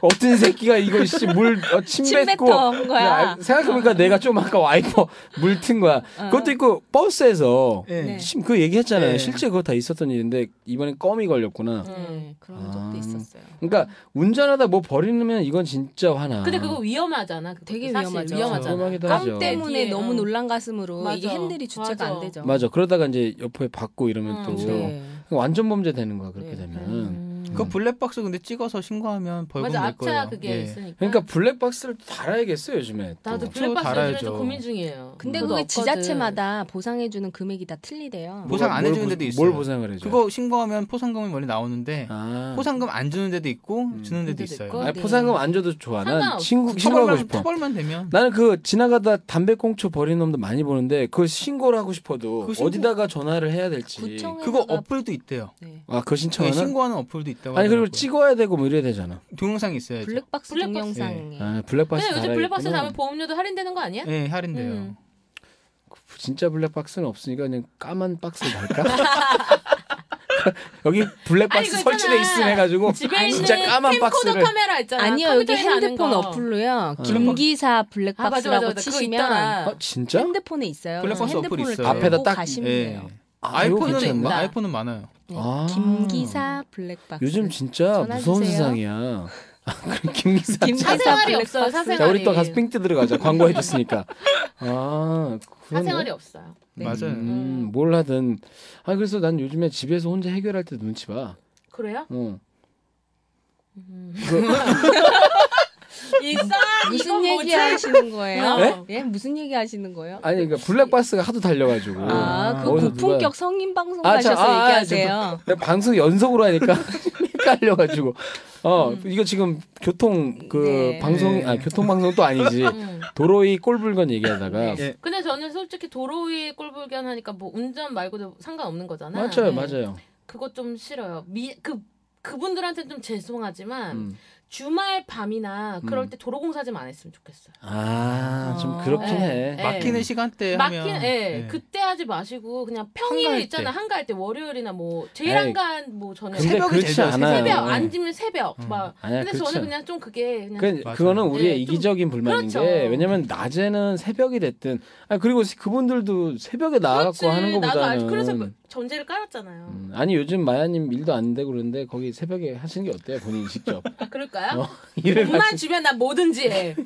S2: 어떤 새끼가 이거 씨물 어, 침
S3: 침
S2: 뱉고.
S3: 뱉어 온 거야.
S2: 야, 생각해보니까 내가 좀 아까 와이퍼 물 튼 거야. 그것도 있고 버스에서
S4: 예.
S3: 네.
S2: 심 그 얘기했잖아요.
S4: 네.
S2: 실제 그거 다 있었던 일인데 이번엔 껌이 걸렸구나.
S5: 음.
S3: 네, 그런
S2: 아.
S3: 적도 있었어요.
S2: 그러니까 운전하다 뭐 버리면 이건 진짜 화나. 그렇죠.
S5: 근데 그거 위험하잖아 그거
S3: 되게
S5: 사실
S3: 위험하죠.
S5: 위험하잖아
S2: 위험하기도
S3: 껌
S2: 하죠.
S3: 때문에
S5: 뒤에,
S3: 너무
S5: 어.
S3: 놀란 가슴으로 이게
S5: 맞아.
S3: 핸들이 주체가
S5: 맞아.
S3: 안 되죠.
S2: 맞아. 그렇죠. 그러다가 이제 옆에 받고 이러면
S5: 음,
S2: 또
S3: 네.
S2: 완전 범죄 되는 거야 그렇게
S3: 네.
S2: 되면.
S5: 음.
S4: 그 블랙박스 근데 찍어서 신고하면 벌금
S5: 맞아
S4: 낼 거예요.
S5: 앞차 그게
S4: 예.
S5: 있으니까
S2: 그러니까 뭐 블랙박스를 또 달아야겠어 요즘에. 또.
S5: 나도
S4: 그거
S5: 블랙박스 요즘에
S4: 달아야죠.
S5: 좀 고민 중이에요
S3: 근데
S5: 저도
S3: 그게
S5: 없거든.
S3: 지자체마다 보상해주는 금액이 다 틀리대요.
S4: 뭐- 보상 안
S2: 뭘
S4: 해주는
S2: 보-
S4: 데도 있어요.
S2: 뭘 보상을 해줘?
S4: 그거 신고하면 포상금이 원래 나오는데
S2: 아.
S4: 포상금 안 주는 데도 있고 주는 데도
S5: 데도
S4: 있어요.
S5: 있고.
S2: 아니,
S3: 네.
S2: 포상금 안 줘도 좋아. 난
S5: 상관없어.
S2: 친구 신고하고
S4: 처벌만,
S2: 싶어.
S4: 처벌만 되면
S2: 나는 그 지나가다 담배꽁초 버리는 놈도 많이 보는데 그걸 신고를 하고 싶어도
S4: 그 신고-
S2: 어디다가 전화를 해야 될지.
S3: 구청에
S4: 그거 어플도 있대요.
S3: 네.
S2: 아, 그거
S4: 예,
S2: 신청하나?
S4: 신고하는 어플도 있다고.
S2: 아니 그리고
S4: 하더라고요.
S2: 찍어야 되고 뭐 이래야 되잖아.
S4: 동영상 있어야죠.
S3: 블랙박스
S5: 블랙박스.
S3: 동영상에
S2: 아, 블랙박스
S5: 네. 근데 요즘
S2: 달아야겠구나.
S5: 블랙박스 사면 보험료도 할인되는 거 아니야?
S4: 예, 할인돼요.
S5: 음.
S2: 진짜 블랙박스는 없으니까 그냥 까만 박스 달까? 여기 블랙박스
S5: 아니, 그거
S2: 설치돼
S5: 있잖아.
S2: 있음 해가지고
S5: 집에
S2: 뭐 진짜
S5: 있는
S2: 까만
S5: 캠코더
S2: 박스를
S5: 카메라 있잖아.
S3: 아니요 여기
S5: 컴퓨터에서 하는
S3: 핸드폰
S5: 거.
S3: 어플로요
S2: 어.
S3: 김기사
S5: 아 맞아
S3: 블랙박스라고
S5: 맞아 맞아. 그거
S3: 치시면
S5: 있더라.
S2: 어, 진짜?
S3: 핸드폰에 있어요. 그래서
S4: 블랙박스 어플
S3: 핸드폰을
S4: 있어요.
S3: 갖고
S2: 앞에다 딱-
S3: 가시면
S4: 예.
S3: 돼요.
S2: 아, 이거
S4: 아이폰은
S2: 괜찮은데?
S5: 있나?
S4: 아이폰은 많아요.
S3: 네.
S2: 아.
S3: 김기사 블랙박스.
S2: 요즘 진짜
S3: 전화
S2: 무서운
S3: 주세요.
S2: 세상이야. 아, 그럼 김기사.
S3: 김기사
S5: 사생활이
S3: 블랙박스.
S5: 없어요. 사생활이.
S2: 자 우리 또 가서 삥 뜯으러 가자. 광고 해줬으니까. 아 그런
S5: 사생활이 없어요.
S3: 네.
S4: 맞아요.
S2: 음, 뭘 하든. 아 그래서 난 요즘에 집에서 혼자 해결할 때 눈치 봐.
S5: 그래요?
S2: 어.
S5: 이상
S3: 무슨 얘기 하시는 거예요?
S5: 어.
S3: 예? 무슨 얘기 하시는 거예요?
S2: 아니 그러니까 블랙박스가 하도 달려가지고.
S3: 아, 그
S2: 어디서 누가-
S3: 고품격 성인 방송
S2: 아, 참,
S3: 하셔서
S2: 아, 아,
S3: 얘기하세요.
S2: 내가 방송 연속으로 하니까 헷갈려가지고. 어,
S5: 음.
S2: 이거 지금 교통 그
S3: 네.
S2: 방송, 아,
S4: 네.
S2: 교통방송 또 아니지. 도로의 꼴불견 얘기하다가.
S4: 예.
S5: 음. 근데 저는 솔직히 도로 위에 꼴불견 하니까 뭐 운전 말고도 상관없는 거잖아.
S2: 맞아요,
S5: 네.
S2: 맞아요.
S5: 그거 좀 싫어요. 미, 그 그분들한테는 좀 죄송하지만
S2: 음.
S5: 주말 밤이나 그럴
S2: 음.
S5: 때 도로공사 좀 안 했으면 좋겠어요.
S2: 아, 좀
S3: 아.
S2: 그렇긴
S5: 네.
S2: 해.
S5: 네.
S4: 예. 막히는 시간대에
S5: 막힌
S4: 하면
S5: 예,
S2: 네.
S4: 예.
S5: 그때 하지 마시고 그냥
S4: 한가할
S5: 평일
S4: 때.
S5: 있잖아 한가할 때 월요일이나 뭐 제일
S2: 에이,
S5: 한가한 뭐 저녁
S2: 근데
S4: 새벽이
S2: 그렇지
S4: 제일
S2: 않아요.
S5: 새벽
S4: 예.
S5: 앉으면 새벽 막
S2: 아니야,
S5: 근데
S2: 네, 그렇지
S5: 저는
S2: 않아.
S5: 그냥 좀 그게 그냥
S2: 그렇죠. 그,
S4: 맞아요.
S2: 그거는 우리의
S5: 네, 좀-
S2: 이기적인 불만인
S5: 그렇죠.
S2: 게 왜냐면 낮에는 새벽이 됐든 아 그리고 그분들도 새벽에 나가고
S5: 그렇지.
S2: 하는
S5: 나도 알-
S2: 것보다는
S5: 그래서 뭐 전제를 깔았잖아요.
S2: 음, 아니 요즘 마야님 일도 안 되고 그러는데 거기 새벽에 하시는 게 어때요 본인 이 직접
S5: 아, 그럴까요?
S2: 어, 일을 그러니까
S5: 돈만
S2: 하시
S5: 주면 나 뭐든지 해.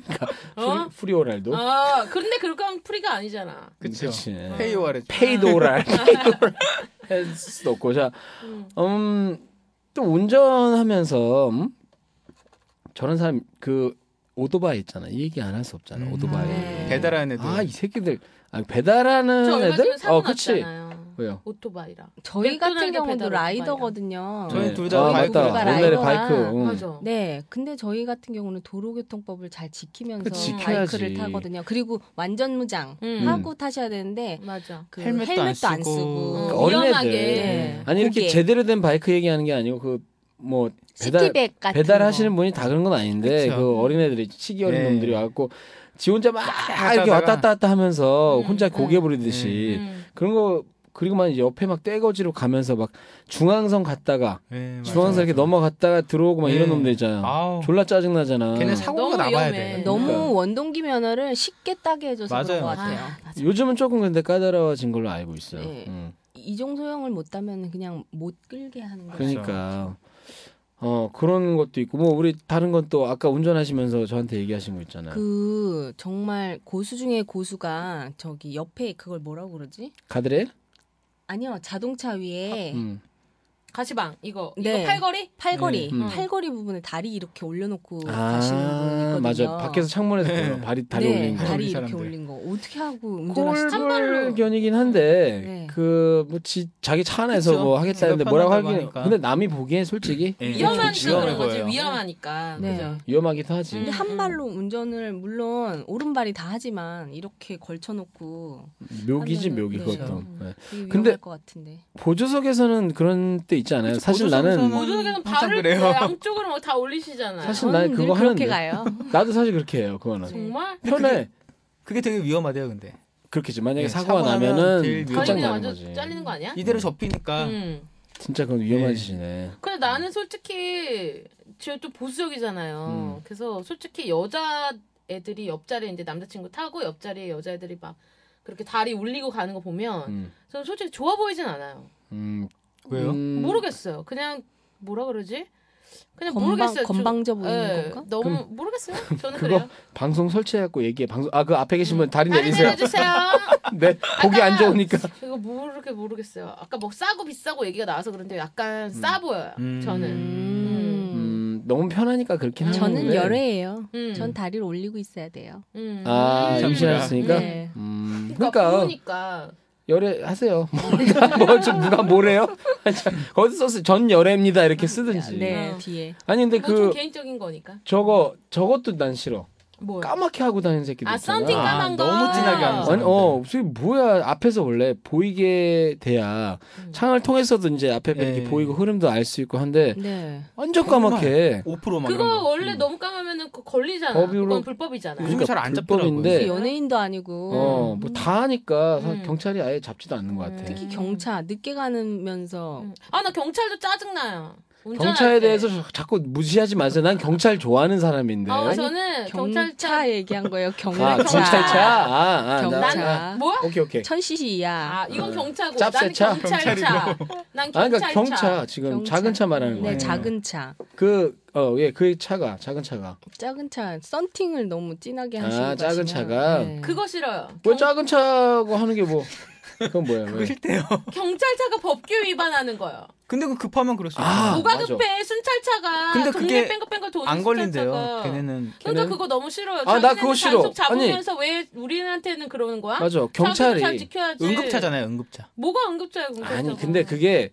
S5: 어?
S2: 프리, 프리오랄도
S5: 어, 그런데 그럴 거면 프리가 아니잖아.
S4: 그쵸.
S2: 그치.
S4: 예. 페이오아래.
S2: 네. 페이도랄 페이도랄 할 수도 없고 자, 음, 또 운전하면서 음? 저런 사람 그 오토바이 있잖아 이 얘기 안 할 수 없잖아
S4: 음.
S2: 오토바이
S5: 네.
S4: 배달하는 애들.
S2: 아 이 새끼들 아, 배달하는
S5: 저 얼마 전에
S2: 애들 어,
S5: 사고
S2: 그치
S5: 났잖아요.
S2: 왜요
S5: 오토바이랑.
S3: 저희 같은
S5: 맥도날드
S3: 경우도
S5: 배달
S3: 라이더거든요.
S4: 저희
S2: 네.
S4: 둘다
S2: 아,
S4: 바이크
S2: 맞다.
S3: 오토바이
S2: 옛날에
S3: 라이더랑-
S2: 바이크 음. 응.
S5: 맞아.
S3: 네, 근데 저희 같은 경우는 도로교통법을 잘 지키면서
S2: 그 지켜야지.
S3: 바이크를 타거든요. 그리고 완전 무장
S5: 음.
S3: 하고 타셔야 되는데
S5: 맞아.
S3: 그
S4: 헬멧도 안 쓰고.
S5: 어,
S2: 그러니까 어린애들.
S5: 위험하게.
S3: 네.
S2: 아니 이렇게
S3: 고개.
S2: 제대로 된 바이크 얘기하는 게 아니고 그 뭐 배달
S3: 시티백 같은
S2: 배달하시는
S3: 거.
S2: 분이 다 그런 건 아닌데
S4: 아, 그쵸.
S2: 그 어린애들이 치기 어린
S4: 네.
S2: 놈들이 와갖고 지 혼자 막
S4: 왔다
S2: 이렇게
S4: 갔다
S2: 왔다 갔다 왔다 하면서
S5: 음,
S2: 혼자 고개
S5: 네.
S4: 예.
S2: 부리듯이
S5: 음.
S2: 그런 거 그리고 막 이제 옆에 막 떼거지로 가면서 막 중앙선 갔다가
S4: 예, 맞아요.
S2: 중앙선 이렇게 넘어갔다가 들어오고 막 이런
S4: 네.
S2: 놈들 있잖아.
S4: 아우.
S2: 졸라 짜증 나잖아.
S4: 걔네 사고가
S5: 너무
S4: 나봐야 돼.
S5: 위험해.
S3: 너무
S2: 그러니까.
S3: 원동기 면허를 쉽게 따게 해줘서 그런
S4: 맞아요.
S3: 것 같아요.
S5: 아, 맞아.
S2: 요즘은 조금 근데 까다로워진 걸로 알고 있어요.
S3: 네.
S2: 음.
S3: 이종소형을 못 따면 그냥 못 끌게 하는 거예요.
S2: 그러니까 어 그런 것도 있고 뭐 우리 다른 건 또 아까 운전하시면서 저한테 얘기하신 거 있잖아요.
S3: 그 정말 고수 중에 고수가 저기 옆에 그걸 뭐라고 그러지?
S2: 가드레일?
S3: 아니요 자동차
S4: 네.
S3: 위에
S2: 음.
S5: 가시방 이거
S3: 네.
S5: 이거 팔걸이?
S3: 팔걸이
S2: 음, 음.
S3: 팔걸이 부분에 다리 이렇게 올려놓고 가시는
S2: 아
S3: 분이거든요.
S2: 맞아. 밖에서 창문에서 보여. 발이 다리
S3: 네,
S2: 올린 거.
S3: 다리 이렇게
S4: 사람들.
S3: 올린 거 어떻게 하고 운전하시지?
S5: 산발로.
S2: 꼴불견이긴 한데
S3: 네.
S2: 그뭐 자기 차 안에서
S4: 그쵸. 네,
S2: 뭐 하겠다 했는데 뭐라고
S4: 생각하다고
S2: 하긴
S4: 하니까.
S2: 근데 남이 보기엔 솔직히
S4: 예,
S5: 위험하니까
S2: 좋지요.
S5: 그런 거지
S4: 보여요.
S5: 위험하니까
S3: 네.
S5: 그죠?
S2: 위험하기도 하지.
S3: 근데
S5: 음,
S3: 한
S5: 음.
S3: 발로 운전을 물론 오른발이 다 하지만 이렇게 걸쳐놓고
S2: 묘기지
S3: 하면은,
S2: 묘기
S3: 네.
S2: 그것도.
S5: 음.
S2: 네.
S3: 되게 위험할
S2: 근데-
S3: 것 같은데
S2: 보조석에서는 그런 때 있지 않아요?
S4: 그치,
S2: 사실 나는
S4: 보조석에서는
S5: 보조석에는
S4: 항상
S5: 발을
S4: 그래요.
S5: 그 양쪽으로 뭐다 올리시잖아요.
S2: 사실 나는
S3: 저는
S2: 그거
S3: 늘 그렇게
S2: 하는데.
S3: 가요.
S2: 나도 사실 그렇게 해요. 그거는
S5: 정말
S2: 편해.
S4: 그게 되게 위험하대요, 근데.
S2: 그렇게지 만약에
S4: 네,
S2: 사고가
S4: 사고 나면
S2: 나면은
S4: 제일 위험한
S2: 끝장
S5: 다리 그냥
S2: 나는
S5: 완전
S2: 거지.
S5: 잘리는 거 아니야?
S4: 이대로 접히니까
S5: 음.
S2: 진짜 그건 위험한
S4: 네.
S2: 짓이네.
S5: 근데 나는 솔직히 제가 또 보수적이잖아요.
S4: 음.
S5: 그래서 솔직히 여자 애들이 옆자리에 이제 남자친구 타고 옆자리에 여자애들이 막 그렇게 다리 올리고 가는 거 보면
S2: 음.
S5: 저는 솔직히 좋아 보이진 않아요.
S2: 음.
S4: 왜요?
S2: 음,
S5: 모르겠어요. 그냥 뭐라 그러지? 그냥
S3: 건방-
S5: 모르겠어요. 좀-
S3: 건방져 보이는
S5: 예,
S3: 건가?
S5: 너무 모르겠어요. 저는
S2: 그거
S5: 그래요.
S2: 방송 설치해갖고 얘기해. 방송 아 그 앞에
S3: 음.
S2: 계신 분 다리
S5: 다리
S2: 내리세요.
S5: 내려주세요.
S2: 네 보기 안 좋으니까.
S5: 이거 모르게 모르겠어요. 아까 뭐 싸고 비싸고 얘기가 나와서 그런데 약간 싸 보여요.
S4: 음.
S5: 저는.
S3: 음.
S2: 음 네. 너무 편하니까 그렇긴 하는데.
S3: 저는 열애예요.
S5: 음.
S3: 전 다리를 올리고 있어야 돼요.
S5: 음.
S2: 아
S4: 음.
S2: 임신했으니까.
S3: 네.
S2: 음
S5: 그러니까
S2: 그러니까
S5: 부으니까
S2: 열애 하세요. 뭐좀 누가 뭐래요? 거기서 썼어 전 열애입니다 이렇게 쓰든지.
S3: 네
S5: 어.
S3: 뒤에
S2: 아니 근데
S5: 그건 좀
S2: 그
S5: 개인적인 거니까.
S2: 저거 저것도 난 싫어.
S5: 뭐.
S2: 까맣게 하고 다니는 새끼들
S5: 아,
S2: 있잖아.
S5: 썬팅 까만
S4: 아,
S5: 거.
S4: 너무 진하게 하는
S2: 아니
S4: 사람들.
S2: 어, 저게 뭐야 앞에서 원래 보이게 돼야
S5: 음.
S2: 창을 통해서도 이제 앞에 네. 이렇게
S4: 예.
S2: 보이고 흐름도 알 수 있고 한데
S3: 네
S2: 완전
S4: 정말.
S2: 까맣게
S4: 5%막
S5: 그거
S4: 이런 거. 음.
S5: 원래 너무 까마면은 그 걸리잖아.
S2: 음. 법으로-
S5: 그건 불법이잖아.
S4: 요즘 잘안
S2: 그러니까 불법인데
S4: 네.
S3: 그 연예인도 아니고 음.
S2: 어, 뭐 다 하니까 사-
S5: 음.
S2: 경찰이 아예 잡지도 않는 것 같아.
S3: 특히 경차 늦게
S2: 음.
S3: 가면서
S5: 아 나 경찰도 짜증나요. 운전할
S2: 경찰에
S5: 때.
S2: 대해서 자- 자꾸 무시하지 마세요. 난 경찰 좋아하는 사람인데.
S5: 아
S2: 아,
S5: 저는
S3: 네, 경찰차
S5: 경찰차
S3: 얘기한 거예요. 경차.
S2: 경찰차. 아, 아, 나, 나.
S3: 경차.
S5: 뭐야?
S2: 오케이, 오케이.
S3: 천시시이야.
S5: 아 이건 경차고 나는
S2: 짭새차?
S5: 경찰차. 난
S2: 아, 그러니까
S5: 경찰차.
S2: 경차 지금
S3: 경차.
S2: 작은 차 말하는 거예요.
S3: 네, 작은 차.
S2: 그, 어, 예, 그 차가 작은 차가.
S3: 작은 차. 썬팅을 너무 진하게 네.
S2: 아,
S3: 하시는
S2: 작은 차가.
S5: 그거 싫어요.
S2: 왜 작은 차고 하는 게 뭐? 그건 뭐야? 왜?
S4: 싫대요.
S5: 경찰차가 법규 위반하는 거예요.
S4: 근데 그 급하면 그럴 수 있어요.
S2: 아,
S5: 뭐가
S2: 맞아.
S5: 급해? 순찰차가
S4: 근데
S5: 동네
S4: 그게
S5: 뺑글뺑글 도는
S4: 안 걸린대요.
S5: 순찰차가.
S4: 걔네는
S5: 그러니까
S2: 걔는-
S5: 그거 너무 싫어요.
S2: 아, 나 그거
S5: 자기네는
S2: 싫어.
S5: 단속 잡으면서 왜 우리한테는 그러는 거야?
S2: 맞아.
S5: 사람들도 잘
S2: 경찰이
S5: 지켜야지.
S4: 응급차잖아요, 응급차.
S5: 뭐가 응급차야, 응급차.
S2: 아니 근데 그게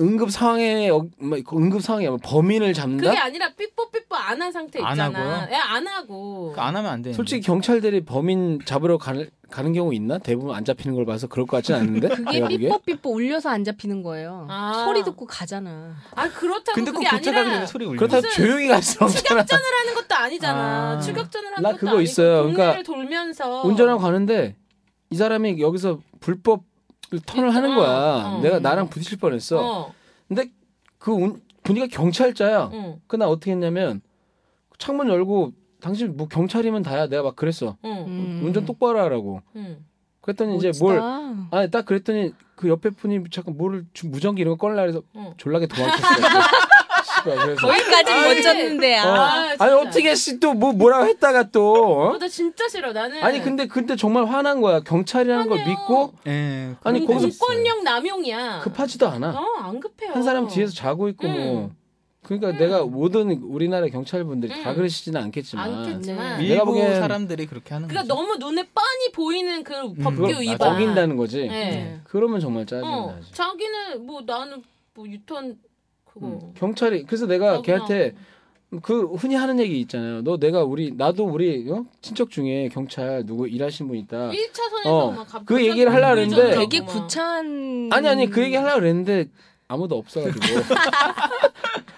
S2: 응급 상황에 어, 뭐, 그 응급 상황이야 뭐 범인을
S5: 그게
S2: 잡는다?
S5: 아니라 삐뽀삐뽀 안 한 상태
S4: 안
S5: 있잖아.
S4: 하고요?
S5: 예, 안 하고.
S4: 그거 안 하면 안 되는데.
S2: 네. 솔직히 경찰들이 범인 잡으러 가는 가는 경우 있나? 대부분 안 잡히는 걸 봐서 그럴 것 같진 않은데.
S3: 그게
S2: 내가 보기에?
S3: 삐뽀삐뽀 울려서 안 잡히는 거예요.
S5: 아.
S3: 소리 듣고 가잖아.
S5: 아, 그렇다고
S4: 근데 꼭
S5: 그게
S4: 도착하기 전에
S5: 아니라
S4: 소리 울려.
S2: 그렇다고 조용히 갈 수 없잖아.
S5: 추격전을 하는 것도 아니잖아.
S4: 아.
S5: 추격전을 하는
S2: 나
S5: 것도
S2: 그거
S5: 아니고
S2: 있어요.
S5: 동네를
S2: 그러니까
S5: 돌면서
S2: 운전하고 가는데 이 사람이 여기서 불법 턴을 하는 거야.
S5: 어.
S2: 내가 나랑 부딪힐 뻔했어.
S5: 어,
S2: 근데 그 운, 보니까 경찰자야.
S5: 응,
S2: 그나 어떻게 했냐면 창문 열고 당신 뭐 경찰이면 다야. 내가 막 그랬어.
S5: 응,
S3: 음.
S2: 운전 똑바로 하라고.
S5: 응.
S2: 어? 그랬더니 이제 뭘 아니 딱 그랬더니 그 옆에 분이 잠깐 뭐를 주- 무전기 이런 거 꺼내라 해서
S5: 응.
S2: 졸라게 도망쳤어요. 씨발, 그래서
S3: 거기까지 못 졌는데
S2: 어.
S3: 아.
S5: 아, 진짜.
S2: 아니 어떻게 씨 또 뭐 뭐라고 했다가 또
S5: 어,
S2: 어?
S5: 나 진짜 싫어. 나는
S2: 아니 근데 근데 정말 화난 거야. 경찰이라는 걸
S5: 화내요.
S2: 믿고
S4: 예.
S2: 아니,
S5: 공-
S2: 거기서-
S5: 공권력 남용이야.
S2: 급하지도 않아.
S5: 어, 안 급해요.
S2: 한 사람 뒤에서 자고 있고 뭐
S5: 음.
S2: 그러니까 내가 모든 우리나라 경찰분들이 다
S5: 음.
S2: 그러시지는 않겠지만
S5: 않겠지만.
S3: 네.
S2: 내가
S4: 일부
S2: 보기엔-
S4: 사람들이 그렇게 하는 거죠.
S5: 그러니까 너무 눈에 뻔히 보이는 그 법규
S2: 음, 그걸
S5: 위반.
S2: 어긴다는 네. 거지.
S5: 네.
S2: 그러면 정말 짜증이
S5: 어,
S2: 나지.
S5: 자기는 뭐 나는 뭐 유턴 그거.
S2: 음. 경찰이 그래서 내가
S5: 나구나.
S2: 걔한테 그 흔히 하는 얘기 있잖아요. 너 내가 우리 나도 우리 어? 친척 중에 경찰 누구 일하신 분 있다.
S5: 1차선에서
S2: 어,
S5: 막 갑자기
S2: 그 얘기를 하려고 했는데
S3: 되게 구차한
S2: 아니 아니 그 얘기 하려고 그랬는데 아무도 없어가지고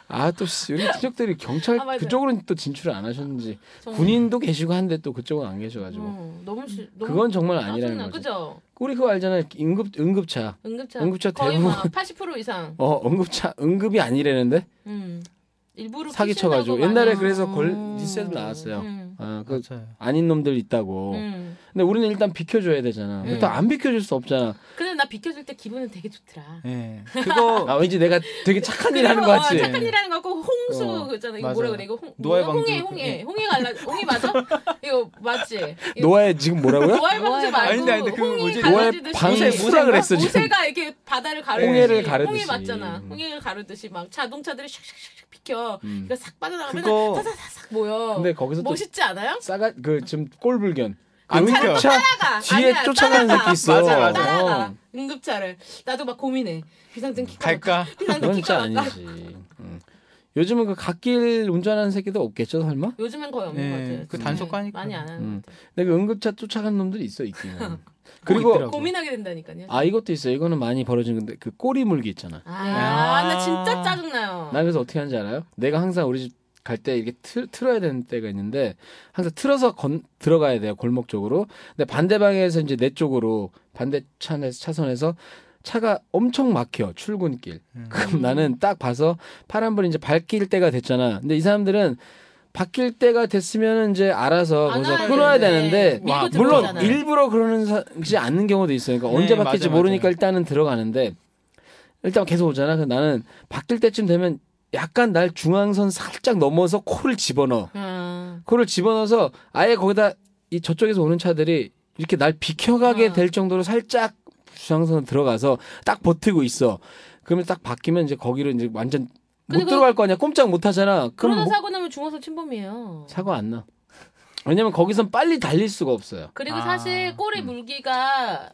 S2: 아또 우리 친척들이 경찰
S5: 아, 맞아요.
S2: 그쪽으로는 또 진출을 안 하셨는지 군인도 계시고 한데 또 그쪽은 안 계셔가지고
S5: 어, 너무 싫 너무
S2: 그건 정말 아니라는
S5: 짜증나.
S2: 거지.
S5: 그죠?
S2: 우리 그거 알잖아. 응급 응급차.
S5: 응급차.
S2: 응급차
S5: 거의
S2: 대부분-
S5: 막80% 이상.
S2: 어 응급차 응급이 아니라는데
S5: 음. 일부러
S2: 사기 쳐가지고
S5: 피신다고
S2: 옛날에
S5: 많이-
S2: 그래서 걸
S3: 음.
S2: 뉴스에도 나왔어요.
S5: 음.
S2: 아, 그
S4: 맞아요.
S2: 아닌 놈들 있다고.
S5: 음.
S2: 근데 우리는 일단 비켜줘야 되잖아.
S5: 음.
S2: 일단 안 비켜줄 수 없잖아.
S5: 근데 나 비켜줄 때 기분은 되게 좋더라.
S4: 예.
S2: 아,
S4: 그거
S2: 왠지 내가 되게 착한 일 하는 것
S5: 어,
S2: 같지.
S5: 착한 일하는 거 같고 홍수
S2: 어,
S5: 그잖아. 이거
S4: 맞아요.
S5: 뭐라 그래? 이거 홍
S4: 노아의
S5: 뭐야? 홍해
S4: 방주.
S2: 예.
S5: 홍해 홍해 갈라 홍해 맞아? 이거 맞지? 이거
S2: 노아의 지금 뭐라고요?
S5: 노아의 방주
S3: 노아의
S5: 말고
S4: 아닌데, 아닌데, 그
S5: 홍해
S4: 뭐지?
S2: 노아의
S5: 가르듯이
S2: 방세
S4: 모세,
S2: 무라 그랬어 지금.
S5: 모세가 이렇게 바다를 가르듯이
S2: 홍해를 가르듯이.
S5: 홍해 맞잖아. 홍해를 가르듯이 막 자동차들이 샥샥샥 비켜.
S2: 음.
S5: 그러니까 싹 빠져나가면
S4: 그거-
S5: 사사사삭 모여.
S2: 근데 거기서 또
S5: 멋있지 않아요?
S2: 싸가 그 지금 꼴불견. 그
S4: 안
S2: 응급차
S4: 차려.
S5: 따라가.
S2: 뒤에
S5: 아니야,
S2: 쫓아가는
S5: 따라가.
S2: 새끼 있어.
S4: 맞아, 맞아.
S5: 따라가.
S2: 어.
S5: 응급차를. 나도 막 고민해. 비상등 켜고
S4: 갈까?
S5: 비상등
S2: 그건
S5: 켜고
S2: 진짜
S5: 갈까?
S2: 아니지. 음. 요즘은 그 갓길 운전하는 새끼도 없겠죠 설마?
S5: 요즘엔 거의 없는
S4: 예,
S5: 것 같아요.
S4: 그
S5: 음,
S4: 단속하니까.
S5: 많이 안 하는
S2: 음.
S5: 것 같아요.
S2: 근데 그 응급차 쫓아가는 놈들이 있어 있기는. 그리고
S4: 있더라고.
S5: 고민하게 된다니까요.
S2: 아 이것도 있어. 요 이거는 많이 벌어진 건데 그 꼬리 물기 있잖아.
S5: 아, 나 진짜
S4: 아.
S5: 짜증나요.
S2: 나 그래서 어떻게 하는지 알아요? 내가 항상 우리 집 갈 때 이렇게 틀, 틀어야 되는 때가 있는데 항상 틀어서 건, 들어가야 돼요 골목 쪽으로. 근데 반대 방에서 이제 내 쪽으로 반대 차에서 차선에서 차가 엄청 막혀 출근길.
S4: 음.
S2: 그럼 나는 딱 봐서 파란불이 이제 밝힐 때가 됐잖아. 근데 이 사람들은 바뀔 때가 됐으면 이제 알아서
S5: 안
S2: 거기서
S5: 와야
S2: 끊어야
S5: 되는데
S2: 되는데
S5: 밀고
S2: 와, 물론
S5: 들어오잖아요.
S2: 일부러 그러는지 않는 경우도 있어요. 그러니까
S4: 네,
S2: 언제 바뀔지
S4: 맞아요,
S2: 모르니까
S4: 맞아요.
S2: 일단은 들어가는데 일단 계속 오잖아. 그래서 나는 바뀔 때쯤 되면 약간 날 중앙선 살짝 넘어서 코를 집어넣어.
S5: 아,
S2: 코를 집어넣어서 아예 거기다 이 저쪽에서 오는 차들이 이렇게 날 비켜가게
S5: 아.
S2: 될 정도로 살짝 중앙선 들어가서 딱 버티고 있어. 그러면 딱 바뀌면 이제 거기로 이제 완전 못
S5: 근데 그-
S2: 들어갈 거 아니야. 꼼짝 못 하잖아.
S5: 그러다
S2: 그럼 뭐-
S5: 사고 나면 중앙선 침범이에요.
S2: 사고 안 나. 왜냐면 거기선 빨리 달릴 수가 없어요.
S5: 그리고
S4: 아,
S5: 사실 꼬리 물기가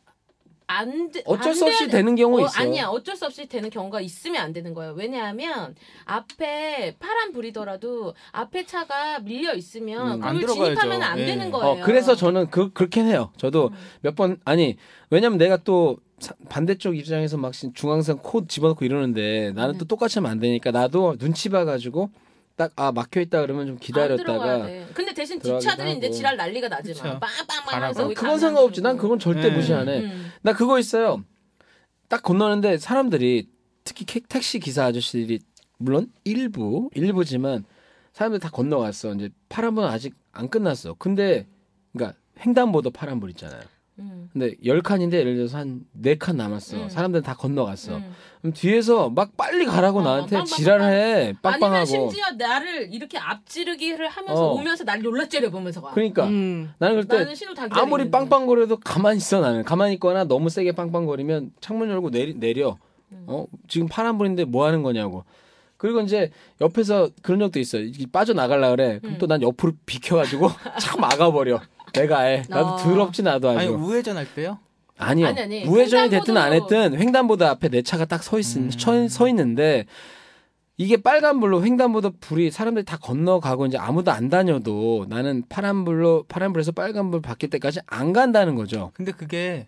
S5: 안 돼-
S2: 음. 어쩔
S5: 안
S2: 수 없이
S5: 돼야 돼-
S2: 되는 경우
S5: 어,
S2: 있어.
S5: 아니야 어쩔 수 없이 되는 경우가 있으면 안 되는 거예요. 왜냐하면 앞에 파란 불이더라도 앞에 차가 밀려 있으면
S2: 음,
S4: 안
S5: 그걸
S4: 들어가야죠.
S5: 진입하면 안
S4: 예.
S5: 되는
S2: 어,
S5: 거예요.
S2: 그래서 저는 그 그렇게 해요. 저도
S5: 음.
S2: 몇 번 아니 왜냐면 내가 또 사- 반대쪽 입장에서 막 신- 중앙선 코 집어넣고 이러는데
S5: 음.
S2: 나는 또 똑같이 하면 안 되니까 나도 눈치 봐가지고 딱 아 막혀 있다 그러면 좀
S5: 안 들어가야
S2: 기다렸다가
S5: 돼. 근데 대신
S2: 들어가기도
S5: 뒷차들이 이제
S2: 하고.
S5: 지랄 난리가 나지만
S4: 그쵸.
S5: 빵빵빵
S4: 가라고.
S5: 하면서
S2: 난
S5: 거기
S2: 어, 그건
S5: 가면 음,
S2: 상관없지. 난
S5: 그러고.
S2: 그건 절대
S4: 네.
S2: 무시 안 해.
S5: 음.
S2: 나 그거 있어요. 딱 건너는데 사람들이 특히 캐- 택시 기사 아저씨들이 물론 일부 일부지만 사람들 다 건너갔어. 이제 파란불 은 아직 안 끝났어. 근데 그러니까 횡단보도 파란불 있잖아요.
S5: 음.
S2: 근데 열 칸인데 예를 들어서 한 네 칸 남았어.
S5: 음.
S2: 사람들 다 건너갔어.
S5: 음.
S2: 그럼 뒤에서 막 빨리 가라고
S5: 어,
S2: 나한테
S5: 빵빵빵빵.
S2: 지랄해
S5: 아니면
S2: 빵빵하고.
S5: 심지어 나를 이렇게 앞지르기를 하면서
S2: 어.
S5: 오면서 날 놀라째려 보면서 가.
S2: 그러니까
S3: 음.
S2: 나는 그럴 때
S5: 나는 신호 다 기다리고
S2: 아무리
S5: 있는데.
S2: 빵빵거려도 가만히 있어 나는 가만히 있거나 너무 세게 빵빵거리면 창문 열고 내리, 내려
S5: 음.
S2: 어 지금 파란불인데 뭐 하는 거냐고 그리고 이제 옆에서 그런 적도 있어 빠져 나갈라 그래 그럼
S5: 음.
S2: 또 난 옆으로 비켜가지고 착 막아버려 내가 해 나도
S3: 어.
S2: 더럽지 나도
S4: 아니
S2: 아주
S4: 우회전 할 때요?
S2: 아니요.
S5: 아니, 아니.
S2: 우회전이 됐든 안
S5: 횡단보도로.
S2: 했든 횡단보도 앞에 내 차가 딱 서 있는
S4: 음.
S2: 서, 서 있는데 이게 빨간불로 횡단보도 불이 사람들이 다 건너가고 이제 아무도 안 다녀도 나는 파란불로 파란불에서 빨간불 바뀔 때까지 안 간다는 거죠.
S4: 근데 그게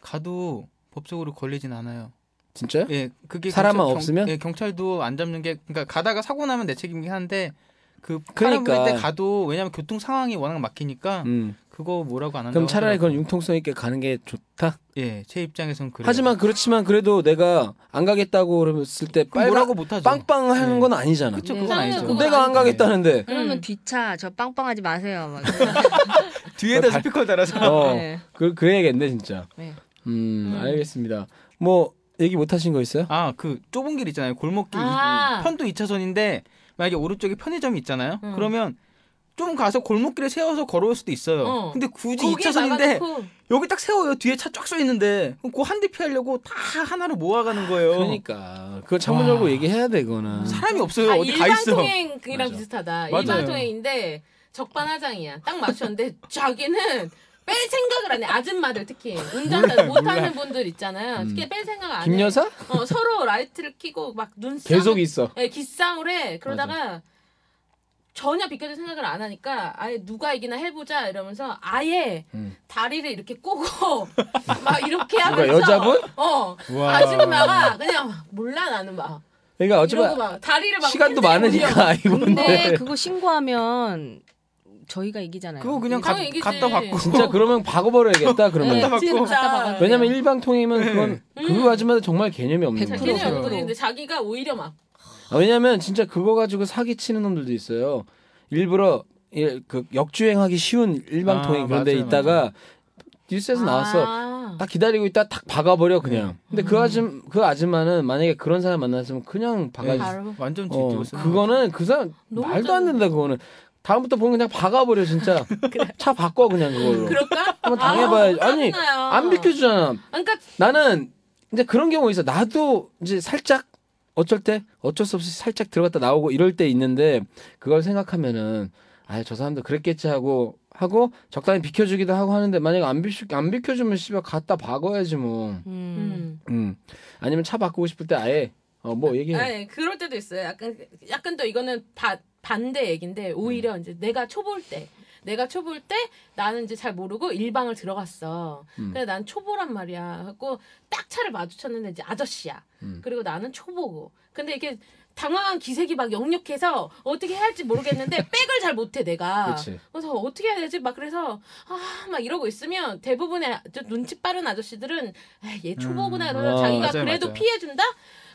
S4: 가도 법적으로 걸리진 않아요.
S2: 진짜요?
S4: 예, 그게
S2: 사람만
S4: 경-
S2: 없으면?
S4: 예, 경찰도 안 잡는 게 그러니까 가다가 사고 나면 내 책임이긴 한데 그
S2: 그러니까.
S4: 그러니까 때 가도 왜냐면 교통 상황이 워낙 막히니까
S2: 음.
S4: 그거 뭐라고 안 한다.
S2: 그럼 차라리 그건 융통성 있게 가는 게 좋다.
S4: 예, 제 입장에선 그래요.
S2: 하지만 그렇지만 그래도 내가 안 가겠다고 그랬을 때
S4: 그럼
S2: 빨간
S4: 뭐라고 못 하죠.
S2: 빵빵하는
S4: 네.
S2: 건 아니잖아.
S4: 그쵸
S3: 네,
S4: 그건
S5: 상황은
S4: 아니죠.
S5: 그건
S2: 내가 안 가겠다는데.
S3: 그러면
S5: 음.
S3: 뒷차 저 빵빵하지 마세요. 막.
S4: 뒤에다 스피커 달아서
S2: 어.
S3: 네.
S2: 그 그래야겠네 진짜.
S3: 네.
S2: 음,
S5: 음.
S2: 알겠습니다. 뭐 얘기 못 하신 거 있어요?
S4: 아 그 좁은 길 있잖아요 골목길
S5: 아.
S4: 편도 2차선인데 만약에 오른쪽에 편의점이 있잖아요
S5: 음.
S4: 그러면 좀 가서 골목길에 세워서 걸어올 수도 있어요
S5: 어.
S4: 근데 굳이
S5: 거기에
S4: 2차선인데
S5: 막아놓고
S4: 여기 딱 세워요 뒤에 차 쫙 서 있는데 그 한 대 피하려고 다 하나로 모아가는 거예요
S2: 그러니까 그거 창문
S4: 와.
S2: 열고 얘기해야 돼 그거는.
S4: 사람이 없어요
S5: 아,
S4: 어디 가 있어
S5: 일반통행이랑
S2: 맞아.
S5: 비슷하다.
S4: 맞아요.
S5: 일반통행인데 적반하장이야. 딱 맞췄는데 자기는 뺄 생각을 안 해. 아줌마들 특히 운전을 못하는 분들 있잖아요. 특히 뺄 생각 안
S2: 음.
S5: 해.
S2: 김 여사
S5: 어, 서로 라이트를 켜고 막 눈싸움
S2: 계속 있어.
S5: 예, 기싸움을 해. 그러다가 전혀 비켜줄 생각을 안 하니까 아예 누가 이기나 해보자 이러면서 아예
S2: 음.
S5: 다리를 이렇게 꼬고 막 이렇게
S2: 누가
S5: 하면서
S2: 여자분?
S5: 어
S4: 와.
S5: 아줌마가 그냥 막 몰라 나는 막
S2: 그러니까
S5: 이러고
S2: 어쩌면
S5: 막 다리를 막
S2: 시간도
S5: 흔들고 올려.
S2: 많으니까
S3: 근데
S2: 이건데.
S3: 그거 신고하면 저희가 이기잖아요.
S4: 그거 그냥 가,
S5: 이상한 얘기지.
S4: 갖다 받고
S2: 진짜 그러면 박아버려야겠다 그러면.
S3: 네,
S4: 갖다 받고.
S3: 진짜.
S5: 갖다 받아요.
S2: 왜냐면 일방통행이면 그건 그 아줌마들 정말 개념이 없는
S3: 백
S2: 거예요.
S5: 걔네
S3: 프로.
S5: 없거든. 근데 자기가 오히려 막
S2: 아, 왜냐면 진짜 그거 가지고 사기 치는 놈들도 있어요. 일부러 예, 그 역주행하기 쉬운 일반
S4: 아,
S2: 통행 그런 데
S4: 맞아요,
S2: 있다가
S4: 맞아요.
S2: 뉴스에서 나왔어.
S5: 아.
S2: 딱 기다리고 있다 딱 박아버려 그냥.
S5: 네.
S2: 근데 그 아줌 그 아줌마는 만약에 그런 사람 만났으면 그냥 박아.
S4: 네.
S5: 바로.
S4: 완전
S2: 어,
S4: 뒤집어 쓰는 거.
S2: 그거는 그 사람
S5: 너무
S2: 말도 안 된다 그거는. 다음부터 보면 그냥 박아버려 진짜. 차 바꿔 그냥 그걸로.
S5: 그럴까?
S2: 한번 당해봐야지.
S5: 아,
S2: 아니
S5: 짜증나요.
S2: 안 비켜주잖아.
S5: 그러니까
S2: 나는 이제 그런 경우 있어. 나도 이제 살짝 어쩔 때 어쩔 수 없이 살짝 들어갔다 나오고 이럴 때 있는데 그걸 생각하면은 아 저 사람도 그랬겠지 하고 하고 적당히 비켜주기도 하고 하는데 만약에 안 비켜 안 비켜주면 씨발 갖다 박아야지 뭐.
S3: 음.
S5: 음.
S2: 음. 아니면 차 바꾸고 싶을 때 아예 어 뭐 얘기해.
S5: 아니, 그럴 때도 있어요. 약간 약간 또 이거는 바, 반대 얘긴데 오히려
S2: 음.
S5: 이제 내가 초보일 때 내가 초보일 때 나는 이제 잘 모르고 일방을 들어갔어.
S2: 음.
S5: 근데 난 초보란 말이야. 하고 딱 차를 마주쳤는데 이제 아저씨야.
S2: 음.
S5: 그리고 나는 초보고. 근데 이게 당황한 기색이 막 역력해서 어떻게 해야 할지 모르겠는데 백을 잘 못해 내가.
S2: 그렇지.
S5: 그래서 어떻게 해야 되지? 막 그래서 아 막 이러고 있으면 대부분의 아주 눈치 빠른 아저씨들은 에이, 얘 초보구나 그래서
S2: 아,
S5: 자기가
S4: 맞아요,
S5: 그래도
S4: 맞아요.
S5: 피해준다.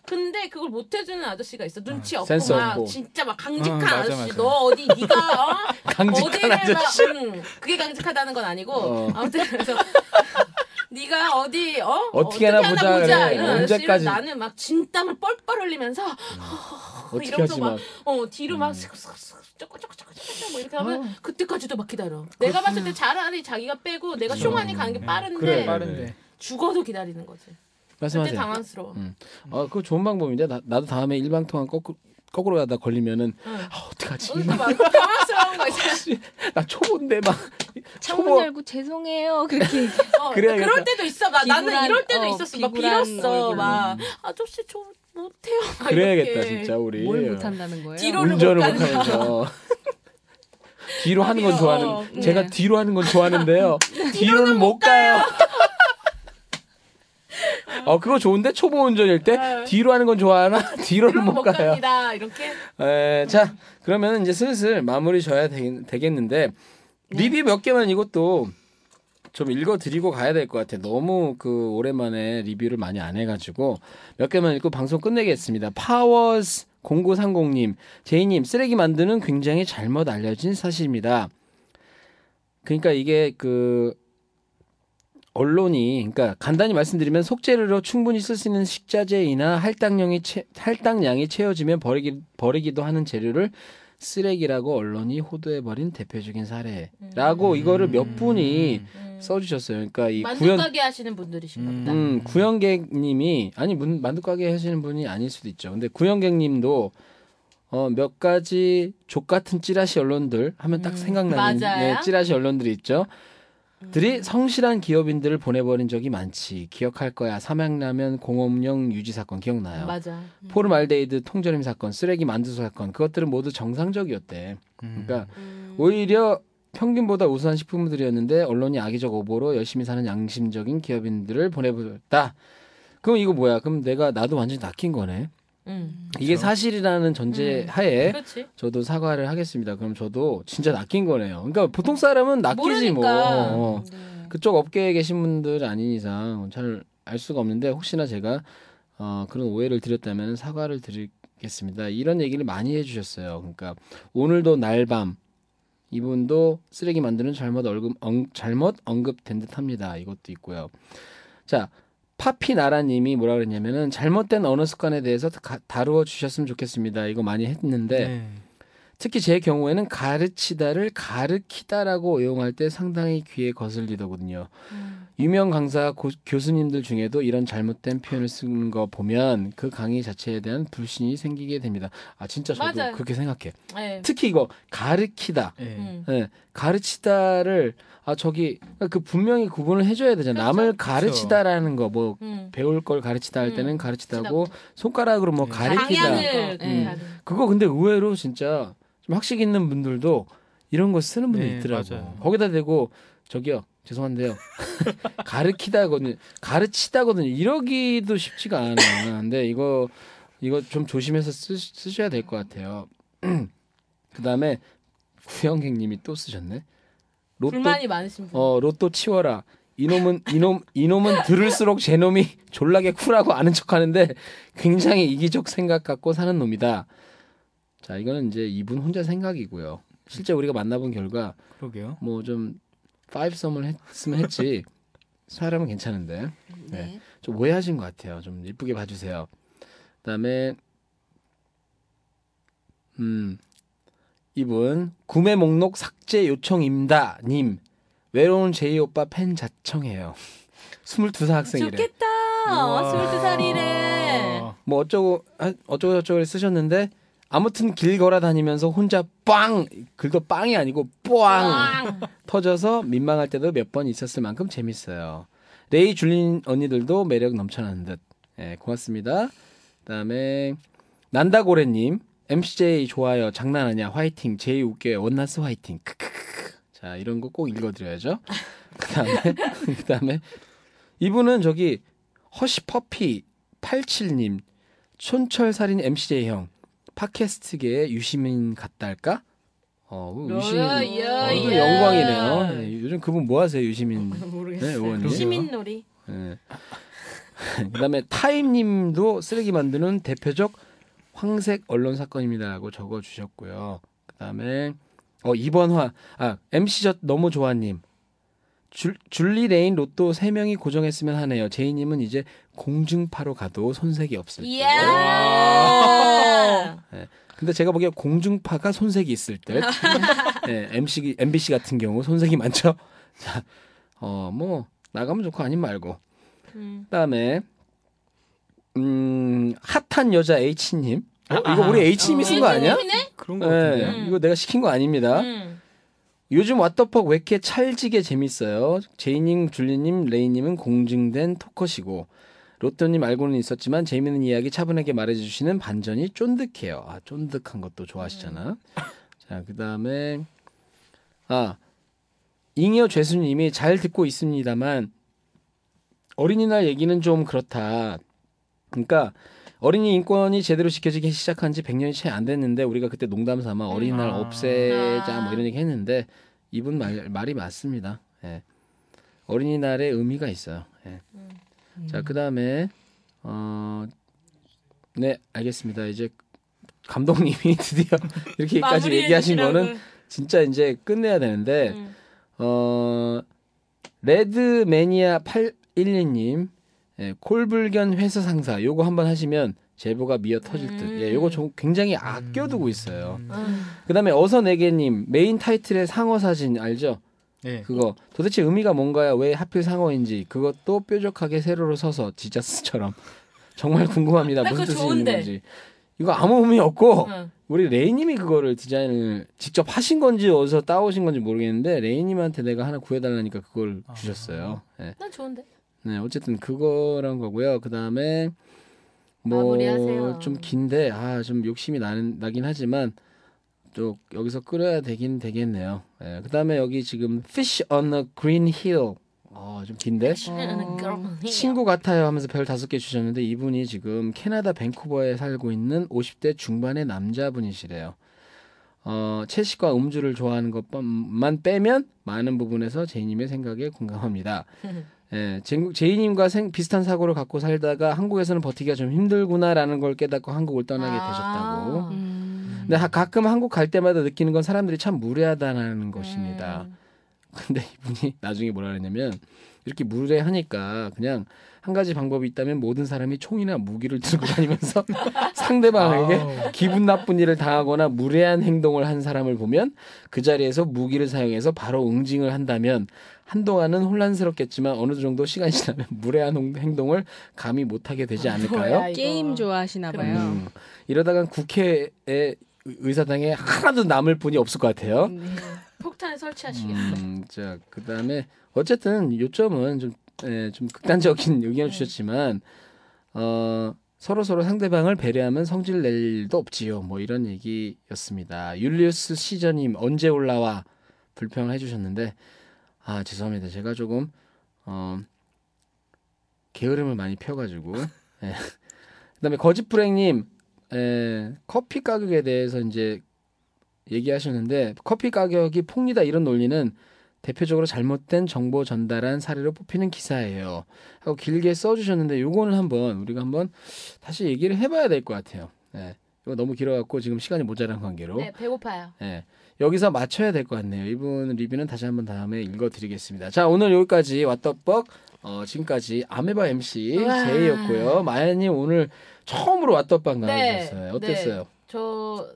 S5: 근데 그걸 못해주는 아저씨가 있어 눈치 없고
S2: 센스
S5: 막
S2: 없고.
S5: 진짜 막 강직한
S4: 어, 맞아,
S5: 아저씨
S4: 맞아.
S5: 너 어디 네가 어?
S2: 강직한
S5: 어디를 막,
S2: 아저씨.
S5: 음, 그게 강직하다는 건 아니고
S2: 어.
S5: 아무튼 그래서 네가 어디 어
S2: 어떻게 하나 보자, 그래.
S5: 이런 아저씨를
S2: 언제까지.
S5: 나는 막 진땀을 뻘뻘 흘리면서
S2: 어떻게
S5: 이러면서
S2: 하지
S5: 막,
S2: 막.
S5: 어 뒤로
S2: 음.
S5: 막 슥슥슥 쪼꼬쪼꼬쪼꼬쪼꼬 뭐 이렇게 하면
S3: 아.
S5: 그때까지도 막 기다려. 내가 봤을 때 차라리 자기가 빼고 내가 숑하니 가는 게 빠른데
S2: 음. 그래.
S4: 빠른데.
S5: 죽어도 기다리는 거지. 그때
S2: 말씀하세요.
S5: 당황스러워.
S2: 어 그거 좋은 방법인데 나, 나도 다음에 일방통한 거꾸로 거꾸로 가다 걸리면은
S5: 응.
S2: 아 어떡하지?
S5: 오늘 막 당황스러운 거 있잖아.
S2: 나 초보인데 막
S3: 창문 열고 죄송해요. 그렇게 얘기해.
S5: 어,
S2: 그래야겠다.
S5: 그럴 때도 있어. 나, 나는
S3: 비굴한,
S5: 이럴 때도
S3: 어,
S5: 있었어. 막
S3: 비굴한 뭐 음.
S5: 빌었어.
S3: 얼굴로.
S5: 막 아저씨 저 못해요. 막
S2: 그래야겠다
S5: 아, 이렇게.
S2: 진짜 우리
S3: 뭘 못한다는 거예요?
S5: 뒤로- 뒤로를
S2: 운전을
S5: 못 가는
S2: 못하면서 뒤로 하는 건
S5: 아니요.
S2: 좋아하는
S5: 어,
S3: 네.
S2: 제가 뒤로 하는 건 좋아하는데요 네. 뒤로는 못 가요 어 그거 좋은데 초보 운전일 때 뒤로 하는 건 좋아하나 네. 뒤로는 못
S5: 이러면 못
S2: 가요
S5: 갑니다. 이렇게
S2: 에, 자 그러면 이제 슬슬 마무리 져야 되, 겠는데 리뷰 몇 개만 이것도 좀 읽어드리고 가야 될 것 같아. 너무 그 오랜만에 리뷰를 많이 안 해가지고 몇 개만 읽고 방송 끝내겠습니다. 파워스 0930님, 제이님 쓰레기 만드는 굉장히 잘못 알려진 사실입니다. 그러니까 이게 그 언론이 그러니까 간단히 말씀드리면 속재료로 충분히 쓸 수 있는 식자재이나 할당량이 채, 할당량이 채워지면 버리기 버리기도 하는 재료를 쓰레기라고 언론이 호도해 버린 대표적인 사례라고
S4: 음.
S2: 이거를 몇 분이 써주셨어요. 그러니까 이 구현
S5: 음. 만두가게 하시는 분들이신가 보다.
S2: 음, 구영객님이 아니 문, 만두가게 하시는 분이 아닐 수도 있죠. 근데 구영객님도 어, 몇 가지 족 같은 찌라시 언론들 하면 딱 생각나는
S5: 음, 맞아요?
S2: 예, 찌라시 언론들이 있죠. 들이 성실한 기업인들을 보내버린 적이 많지. 기억할 거야. 삼양라면 공업용 유지 사건 기억나요?
S5: 맞아.
S2: 포르말데이드 통조림 사건, 쓰레기 만두소 사건 그것들은 모두 정상적이었대.
S4: 음.
S2: 그러니까 오히려 평균보다 우수한 식품들이었는데 언론이 악의적 오보로 열심히 사는 양심적인 기업인들을 보내버렸다. 그럼 이거 뭐야? 그럼 내가 나도 완전히 낚인 거네.
S5: 음.
S2: 이게 사실이라는 전제
S5: 음.
S2: 하에
S5: 그렇지.
S2: 저도 사과를 하겠습니다. 그럼 저도 진짜 낚인 거네요. 그러니까 보통 사람은 낚이지 뭐.
S5: 모르니까. 네.
S2: 어. 그쪽 업계에 계신 분들 아닌 이상 잘 알 수가 없는데 혹시나 제가 어, 그런 오해를 드렸다면 사과를 드리겠습니다. 이런 얘기를 많이 해주셨어요. 그러니까 오늘도 날밤 이분도 쓰레기 만드는 잘못 얼금 엉- 잘못 언급된 듯합니다. 이것도 있고요. 자 파피나라님이 뭐라 그랬냐면은 잘못된 언어 습관에 대해서 가- 다루어 주셨으면 좋겠습니다. 이거 많이 했는데
S4: 네.
S2: 특히 제 경우에는 가르치다를 가르키다라고 이용할 때 상당히 귀에 거슬리더군요.
S5: 음.
S2: 유명 강사 고- 교수님들 중에도 이런 잘못된 표현을 쓰는 거 보면 그 강의 자체에 대한 불신이 생기게 됩니다. 아 진짜 저도
S5: 맞아요.
S2: 그렇게 생각해.
S5: 네.
S2: 특히 이거 가르키다.
S4: 네.
S5: 음.
S2: 예, 가르치다를 아 저기 그 분명히 구분을 해줘야 되잖아.
S5: 그렇죠.
S2: 남을 가르치다라는 거 뭐
S5: 음.
S2: 배울 걸 가르치다 할 때는
S5: 음,
S2: 가르치다고 손가락으로 뭐
S4: 네.
S2: 가리키다.
S5: 방향을
S3: 음.
S5: 가는.
S2: 그거 근데 의외로 진짜 좀 학식 있는 분들도 이런 거 쓰는 분이
S4: 네,
S2: 있더라고.
S4: 맞아요.
S2: 거기다 대고 저기요 죄송한데요 가르키다거든요 가르치다거든요 이러기도 쉽지가 않아. 근데 이거 이거 좀 조심해서 쓰, 쓰셔야 될 것 같아요. 그 다음에 구형객님이 또 쓰셨네. 로또
S5: 불만이 많으신 분.
S2: 어 로또 치워라. 이놈은 이놈 이놈은 들을수록 제놈이 졸라게 쿨하고 아는 척하는데 굉장히 이기적 생각 갖고 사는 놈이다. 자 이거는 이제 이분 혼자 생각이고요. 실제 우리가 만나본 결과
S4: 그러게요.
S2: 뭐 좀 파이브 썸을 했으면 했지 사람은 괜찮은데 네. 좀 오해하신 것 같아요. 좀 예쁘게 봐주세요. 그다음에 음 이분 구매 목록 삭제 요청입니다. 님 외로운 제이 오빠 팬 자청해요. 22살 학생이래.
S6: 좋겠다.
S5: 어,
S4: 우와.
S6: 22살이래.
S2: 뭐 어쩌고 아, 어쩌고 저쩌고 쓰셨는데 아무튼 길 걸어 다니면서 혼자 빵 그거 빵이 아니고 뽀앙 터져서 민망할 때도 몇 번 있었을 만큼 재밌어요. 레이 줄린 언니들도 매력 넘쳐나는 듯. 예, 고맙습니다. 그다음에 난다고래님 MCJ 좋아요 장난 아니야 화이팅 제이 웃겨요 원나스 화이팅 크크크 자 이런 거 꼭 읽어드려야죠. 그다음에 그다음에 이분은 저기 허시퍼피 87님 촌철살인 MCJ 형 팟캐스트계의 유시민 같달까? 어 유시민
S5: 야,
S2: 어,
S5: 야.
S2: 영광이네요. 예, 요즘 그분 뭐 하세요 유시민? 네, 의원님.
S6: 시민놀이.
S2: 예. 그다음에 타임님도 쓰레기 만드는 대표적 황색 언론 사건입니다라고 적어주셨고요. 그다음에 어 2번 화아 MC 젖 너무 좋아님 줄, 줄리 레인 로또 3명이 고정했으면 하네요. 제이님은 이제 공중파로 가도 손색이 없을 듯.
S5: 아.
S2: 아.
S6: 이야.
S2: 근데 제가 보기에 공중파가 손색이 있을 듯. 네, MC, MBC 같은 경우 손색이 많죠. 자, 어, 뭐, 나가면 좋고 아니면 말고.
S5: 네.
S2: 그 다음에, 음, 핫한 여자 H님. 어, 이거 우리 H님이 쓴 거
S5: 어,
S2: 아니야?
S4: 그런 거 같은데요.
S2: 네, 이거 내가 시킨 거 아닙니다.
S5: 음.
S2: 요즘 왓더퍽 왜 이렇게 찰지게 재밌어요? 제이님, 줄리님, 레이님은 공증된 토커시고 로또님 알고는 있었지만 재미있는 이야기 차분하게 말해주시는 반전이 쫀득해요. 아 쫀득한 것도 좋아하시잖아. 자 그다음에 아 잉여 죄수님이 잘 듣고 있습니다만 어린이날 얘기는 좀 그렇다. 그러니까 어린이 인권이 제대로 지켜지기 시작한 지 100년이 채 안 됐는데 우리가 그때 농담 삼아 어린이날
S4: 아.
S2: 없애자 뭐 이런 얘기 했는데 이분 말, 말이 맞습니다. 예. 어린이날의 의미가 있어요. 예. 자, 그다음에 어 네, 알겠습니다. 이제 감독님이 드디어 이렇게까지 얘기하신 거는 네. 진짜 이제 끝내야 되는데
S5: 음.
S2: 어 레드 매니아 812님 예, 콜불견 회사 상사 요거 한번 하시면 제보가 미어 터질 듯. 예, 요거 좀 굉장히 아껴두고 있어요. 그다음에 어서 내게님 메인 타이틀의 상어 사진 알죠?
S4: 네.
S2: 그거 도대체 의미가 뭔가요? 왜 하필 상어인지 그것도 뾰족하게 세로로 서서 디자스처럼 정말 궁금합니다.
S5: 나
S2: 무슨
S5: 아, 그거
S2: 뜻이
S5: 좋은데.
S2: 있는
S5: 어.
S2: 건지 이거 아무 의미 없고
S5: 응.
S2: 우리 레이님이 그거를 디자인을 직접 하신 건지 어디서 따오신 건지 모르겠는데 레이님한테 내가 하나 구해달라니까 그걸 주셨어요. 예.
S5: 난 좋은데.
S2: 네, 어쨌든 그거란 거고요. 그 다음에 뭐
S5: 마무리하세요.
S2: 좀 긴데 아 좀 욕심이 나는 나긴 하지만 또 여기서 끓여야 되긴 되겠네요. 예, 그 다음에 여기 지금 Fish on a Green Hill 어좀 긴데
S5: 음,
S2: 친구 같아요 하면서 별 다섯 개 주셨는데 이분이 지금 캐나다 밴쿠버에 살고 있는 50대 중반의 남자분이시래요. 어, 채식과 음주를 좋아하는 것만 빼면 많은 부분에서 제이님의 생각에 공감합니다. 예, 제- 제이님과 생- 비슷한 사고를 갖고 살다가 한국에서는 버티기가 좀 힘들구나라는 걸 깨닫고 한국을 떠나게
S5: 아.
S2: 되셨다고.
S3: 음.
S2: 근데 하- 가끔 한국 갈 때마다 느끼는 건 사람들이 참 무례하다는 것입니다.
S5: 음.
S2: 근데 이분이 나중에 뭐라 그랬냐면 이렇게 무례하니까 그냥 한 가지 방법이 있다면 모든 사람이 총이나 무기를 들고 다니면서 상대방에게
S4: 아우.
S2: 기분 나쁜 일을 당하거나 무례한 행동을 한 사람을 보면 그 자리에서 무기를 사용해서 바로 응징을 한다면 한동안은 혼란스럽겠지만 어느 정도 시간이 지나면 무례한 홍- 행동을 감히 못하게 되지 않을까요?
S5: 뭐야, 이거.
S3: 게임 좋아하시나 봐요.
S2: 음, 이러다간 국회에 의- 의사당에 하나도 남을 분이 없을 것 같아요.
S5: 폭탄을 설치하시겠어.
S2: 음, 자, 그 다음에 어쨌든 요점은 좀, 예, 좀 극단적인 의견을 주셨지만 어, 서로 서로 상대방을 배려하면 성질 낼 일도 없지요. 뭐 이런 얘기였습니다. 율리우스 시저님 언제 올라와 불평을 해주셨는데 아 죄송합니다. 제가 조금 어, 게으름을 많이 펴가지고 예. 그다음에 거짓불행님 에, 커피 가격에 대해서 이제 얘기하셨는데 커피 가격이 폭리다 이런 논리는 대표적으로 잘못된 정보 전달한 사례로 뽑히는 기사예요. 하고 길게 써주셨는데 요거는 한번 우리가 한번 다시 얘기를 해봐야 될 것 같아요. 예. 이거 너무 길어갖고 지금 시간이 모자란 관계로.
S5: 네, 배고파요.
S2: 예. 여기서 맞춰야 될 것 같네요. 이분 리뷰는 다시 한번 다음에 읽어드리겠습니다. 자 오늘 여기까지 왓더벅 어, 지금까지 아메바 MC
S5: 우와.
S2: 제이였고요. 마야님 오늘 처음으로 왓더벅
S5: 네.
S2: 나와주셨어요. 어땠어요?
S5: 저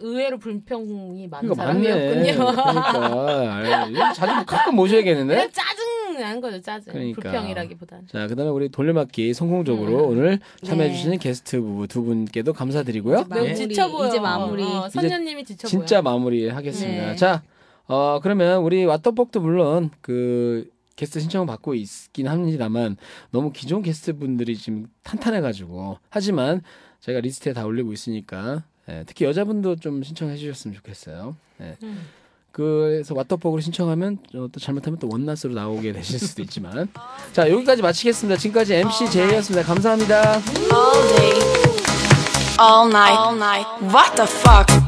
S5: 의외로 불평이 많은
S2: 그러니까 맞네.
S5: 사람이었군요.
S2: 그러니까 아유, 이거 자주 가끔 모셔야겠는데.
S5: 그냥 짜증 난 거죠 짜증.
S2: 그러니까.
S5: 불평이라기보다는.
S2: 자, 그다음에 우리 돌려막기 성공적으로
S5: 음.
S2: 오늘 참여해
S3: 네.
S2: 주시는 게스트 부부 두 분께도 감사드리고요.
S3: 마무리,
S5: 매우 지쳐 보여.
S3: 이제 마무리.
S5: 네. 어, 선녀님이 지쳐 보여.
S2: 진짜 마무리하겠습니다.
S3: 네.
S2: 자, 어 그러면 우리 왓더벅도 물론 그 게스트 신청 받고 있긴 합니다만 너무 기존 게스트 분들이 지금 탄탄해가지고 하지만 제가 리스트에 다 올리고 있으니까 예, 특히 여자분도 좀 신청해 주셨으면 좋겠어요. 예.
S5: 음.
S2: 그래서 왓더벅으로 신청하면 어, 또 잘못하면 또 원낫으로 나오게 되실 수도 있지만 자 여기까지 마치겠습니다. 지금까지 MC 제이였습니다. 감사합니다.
S1: all day, all night, all night. What the fuck?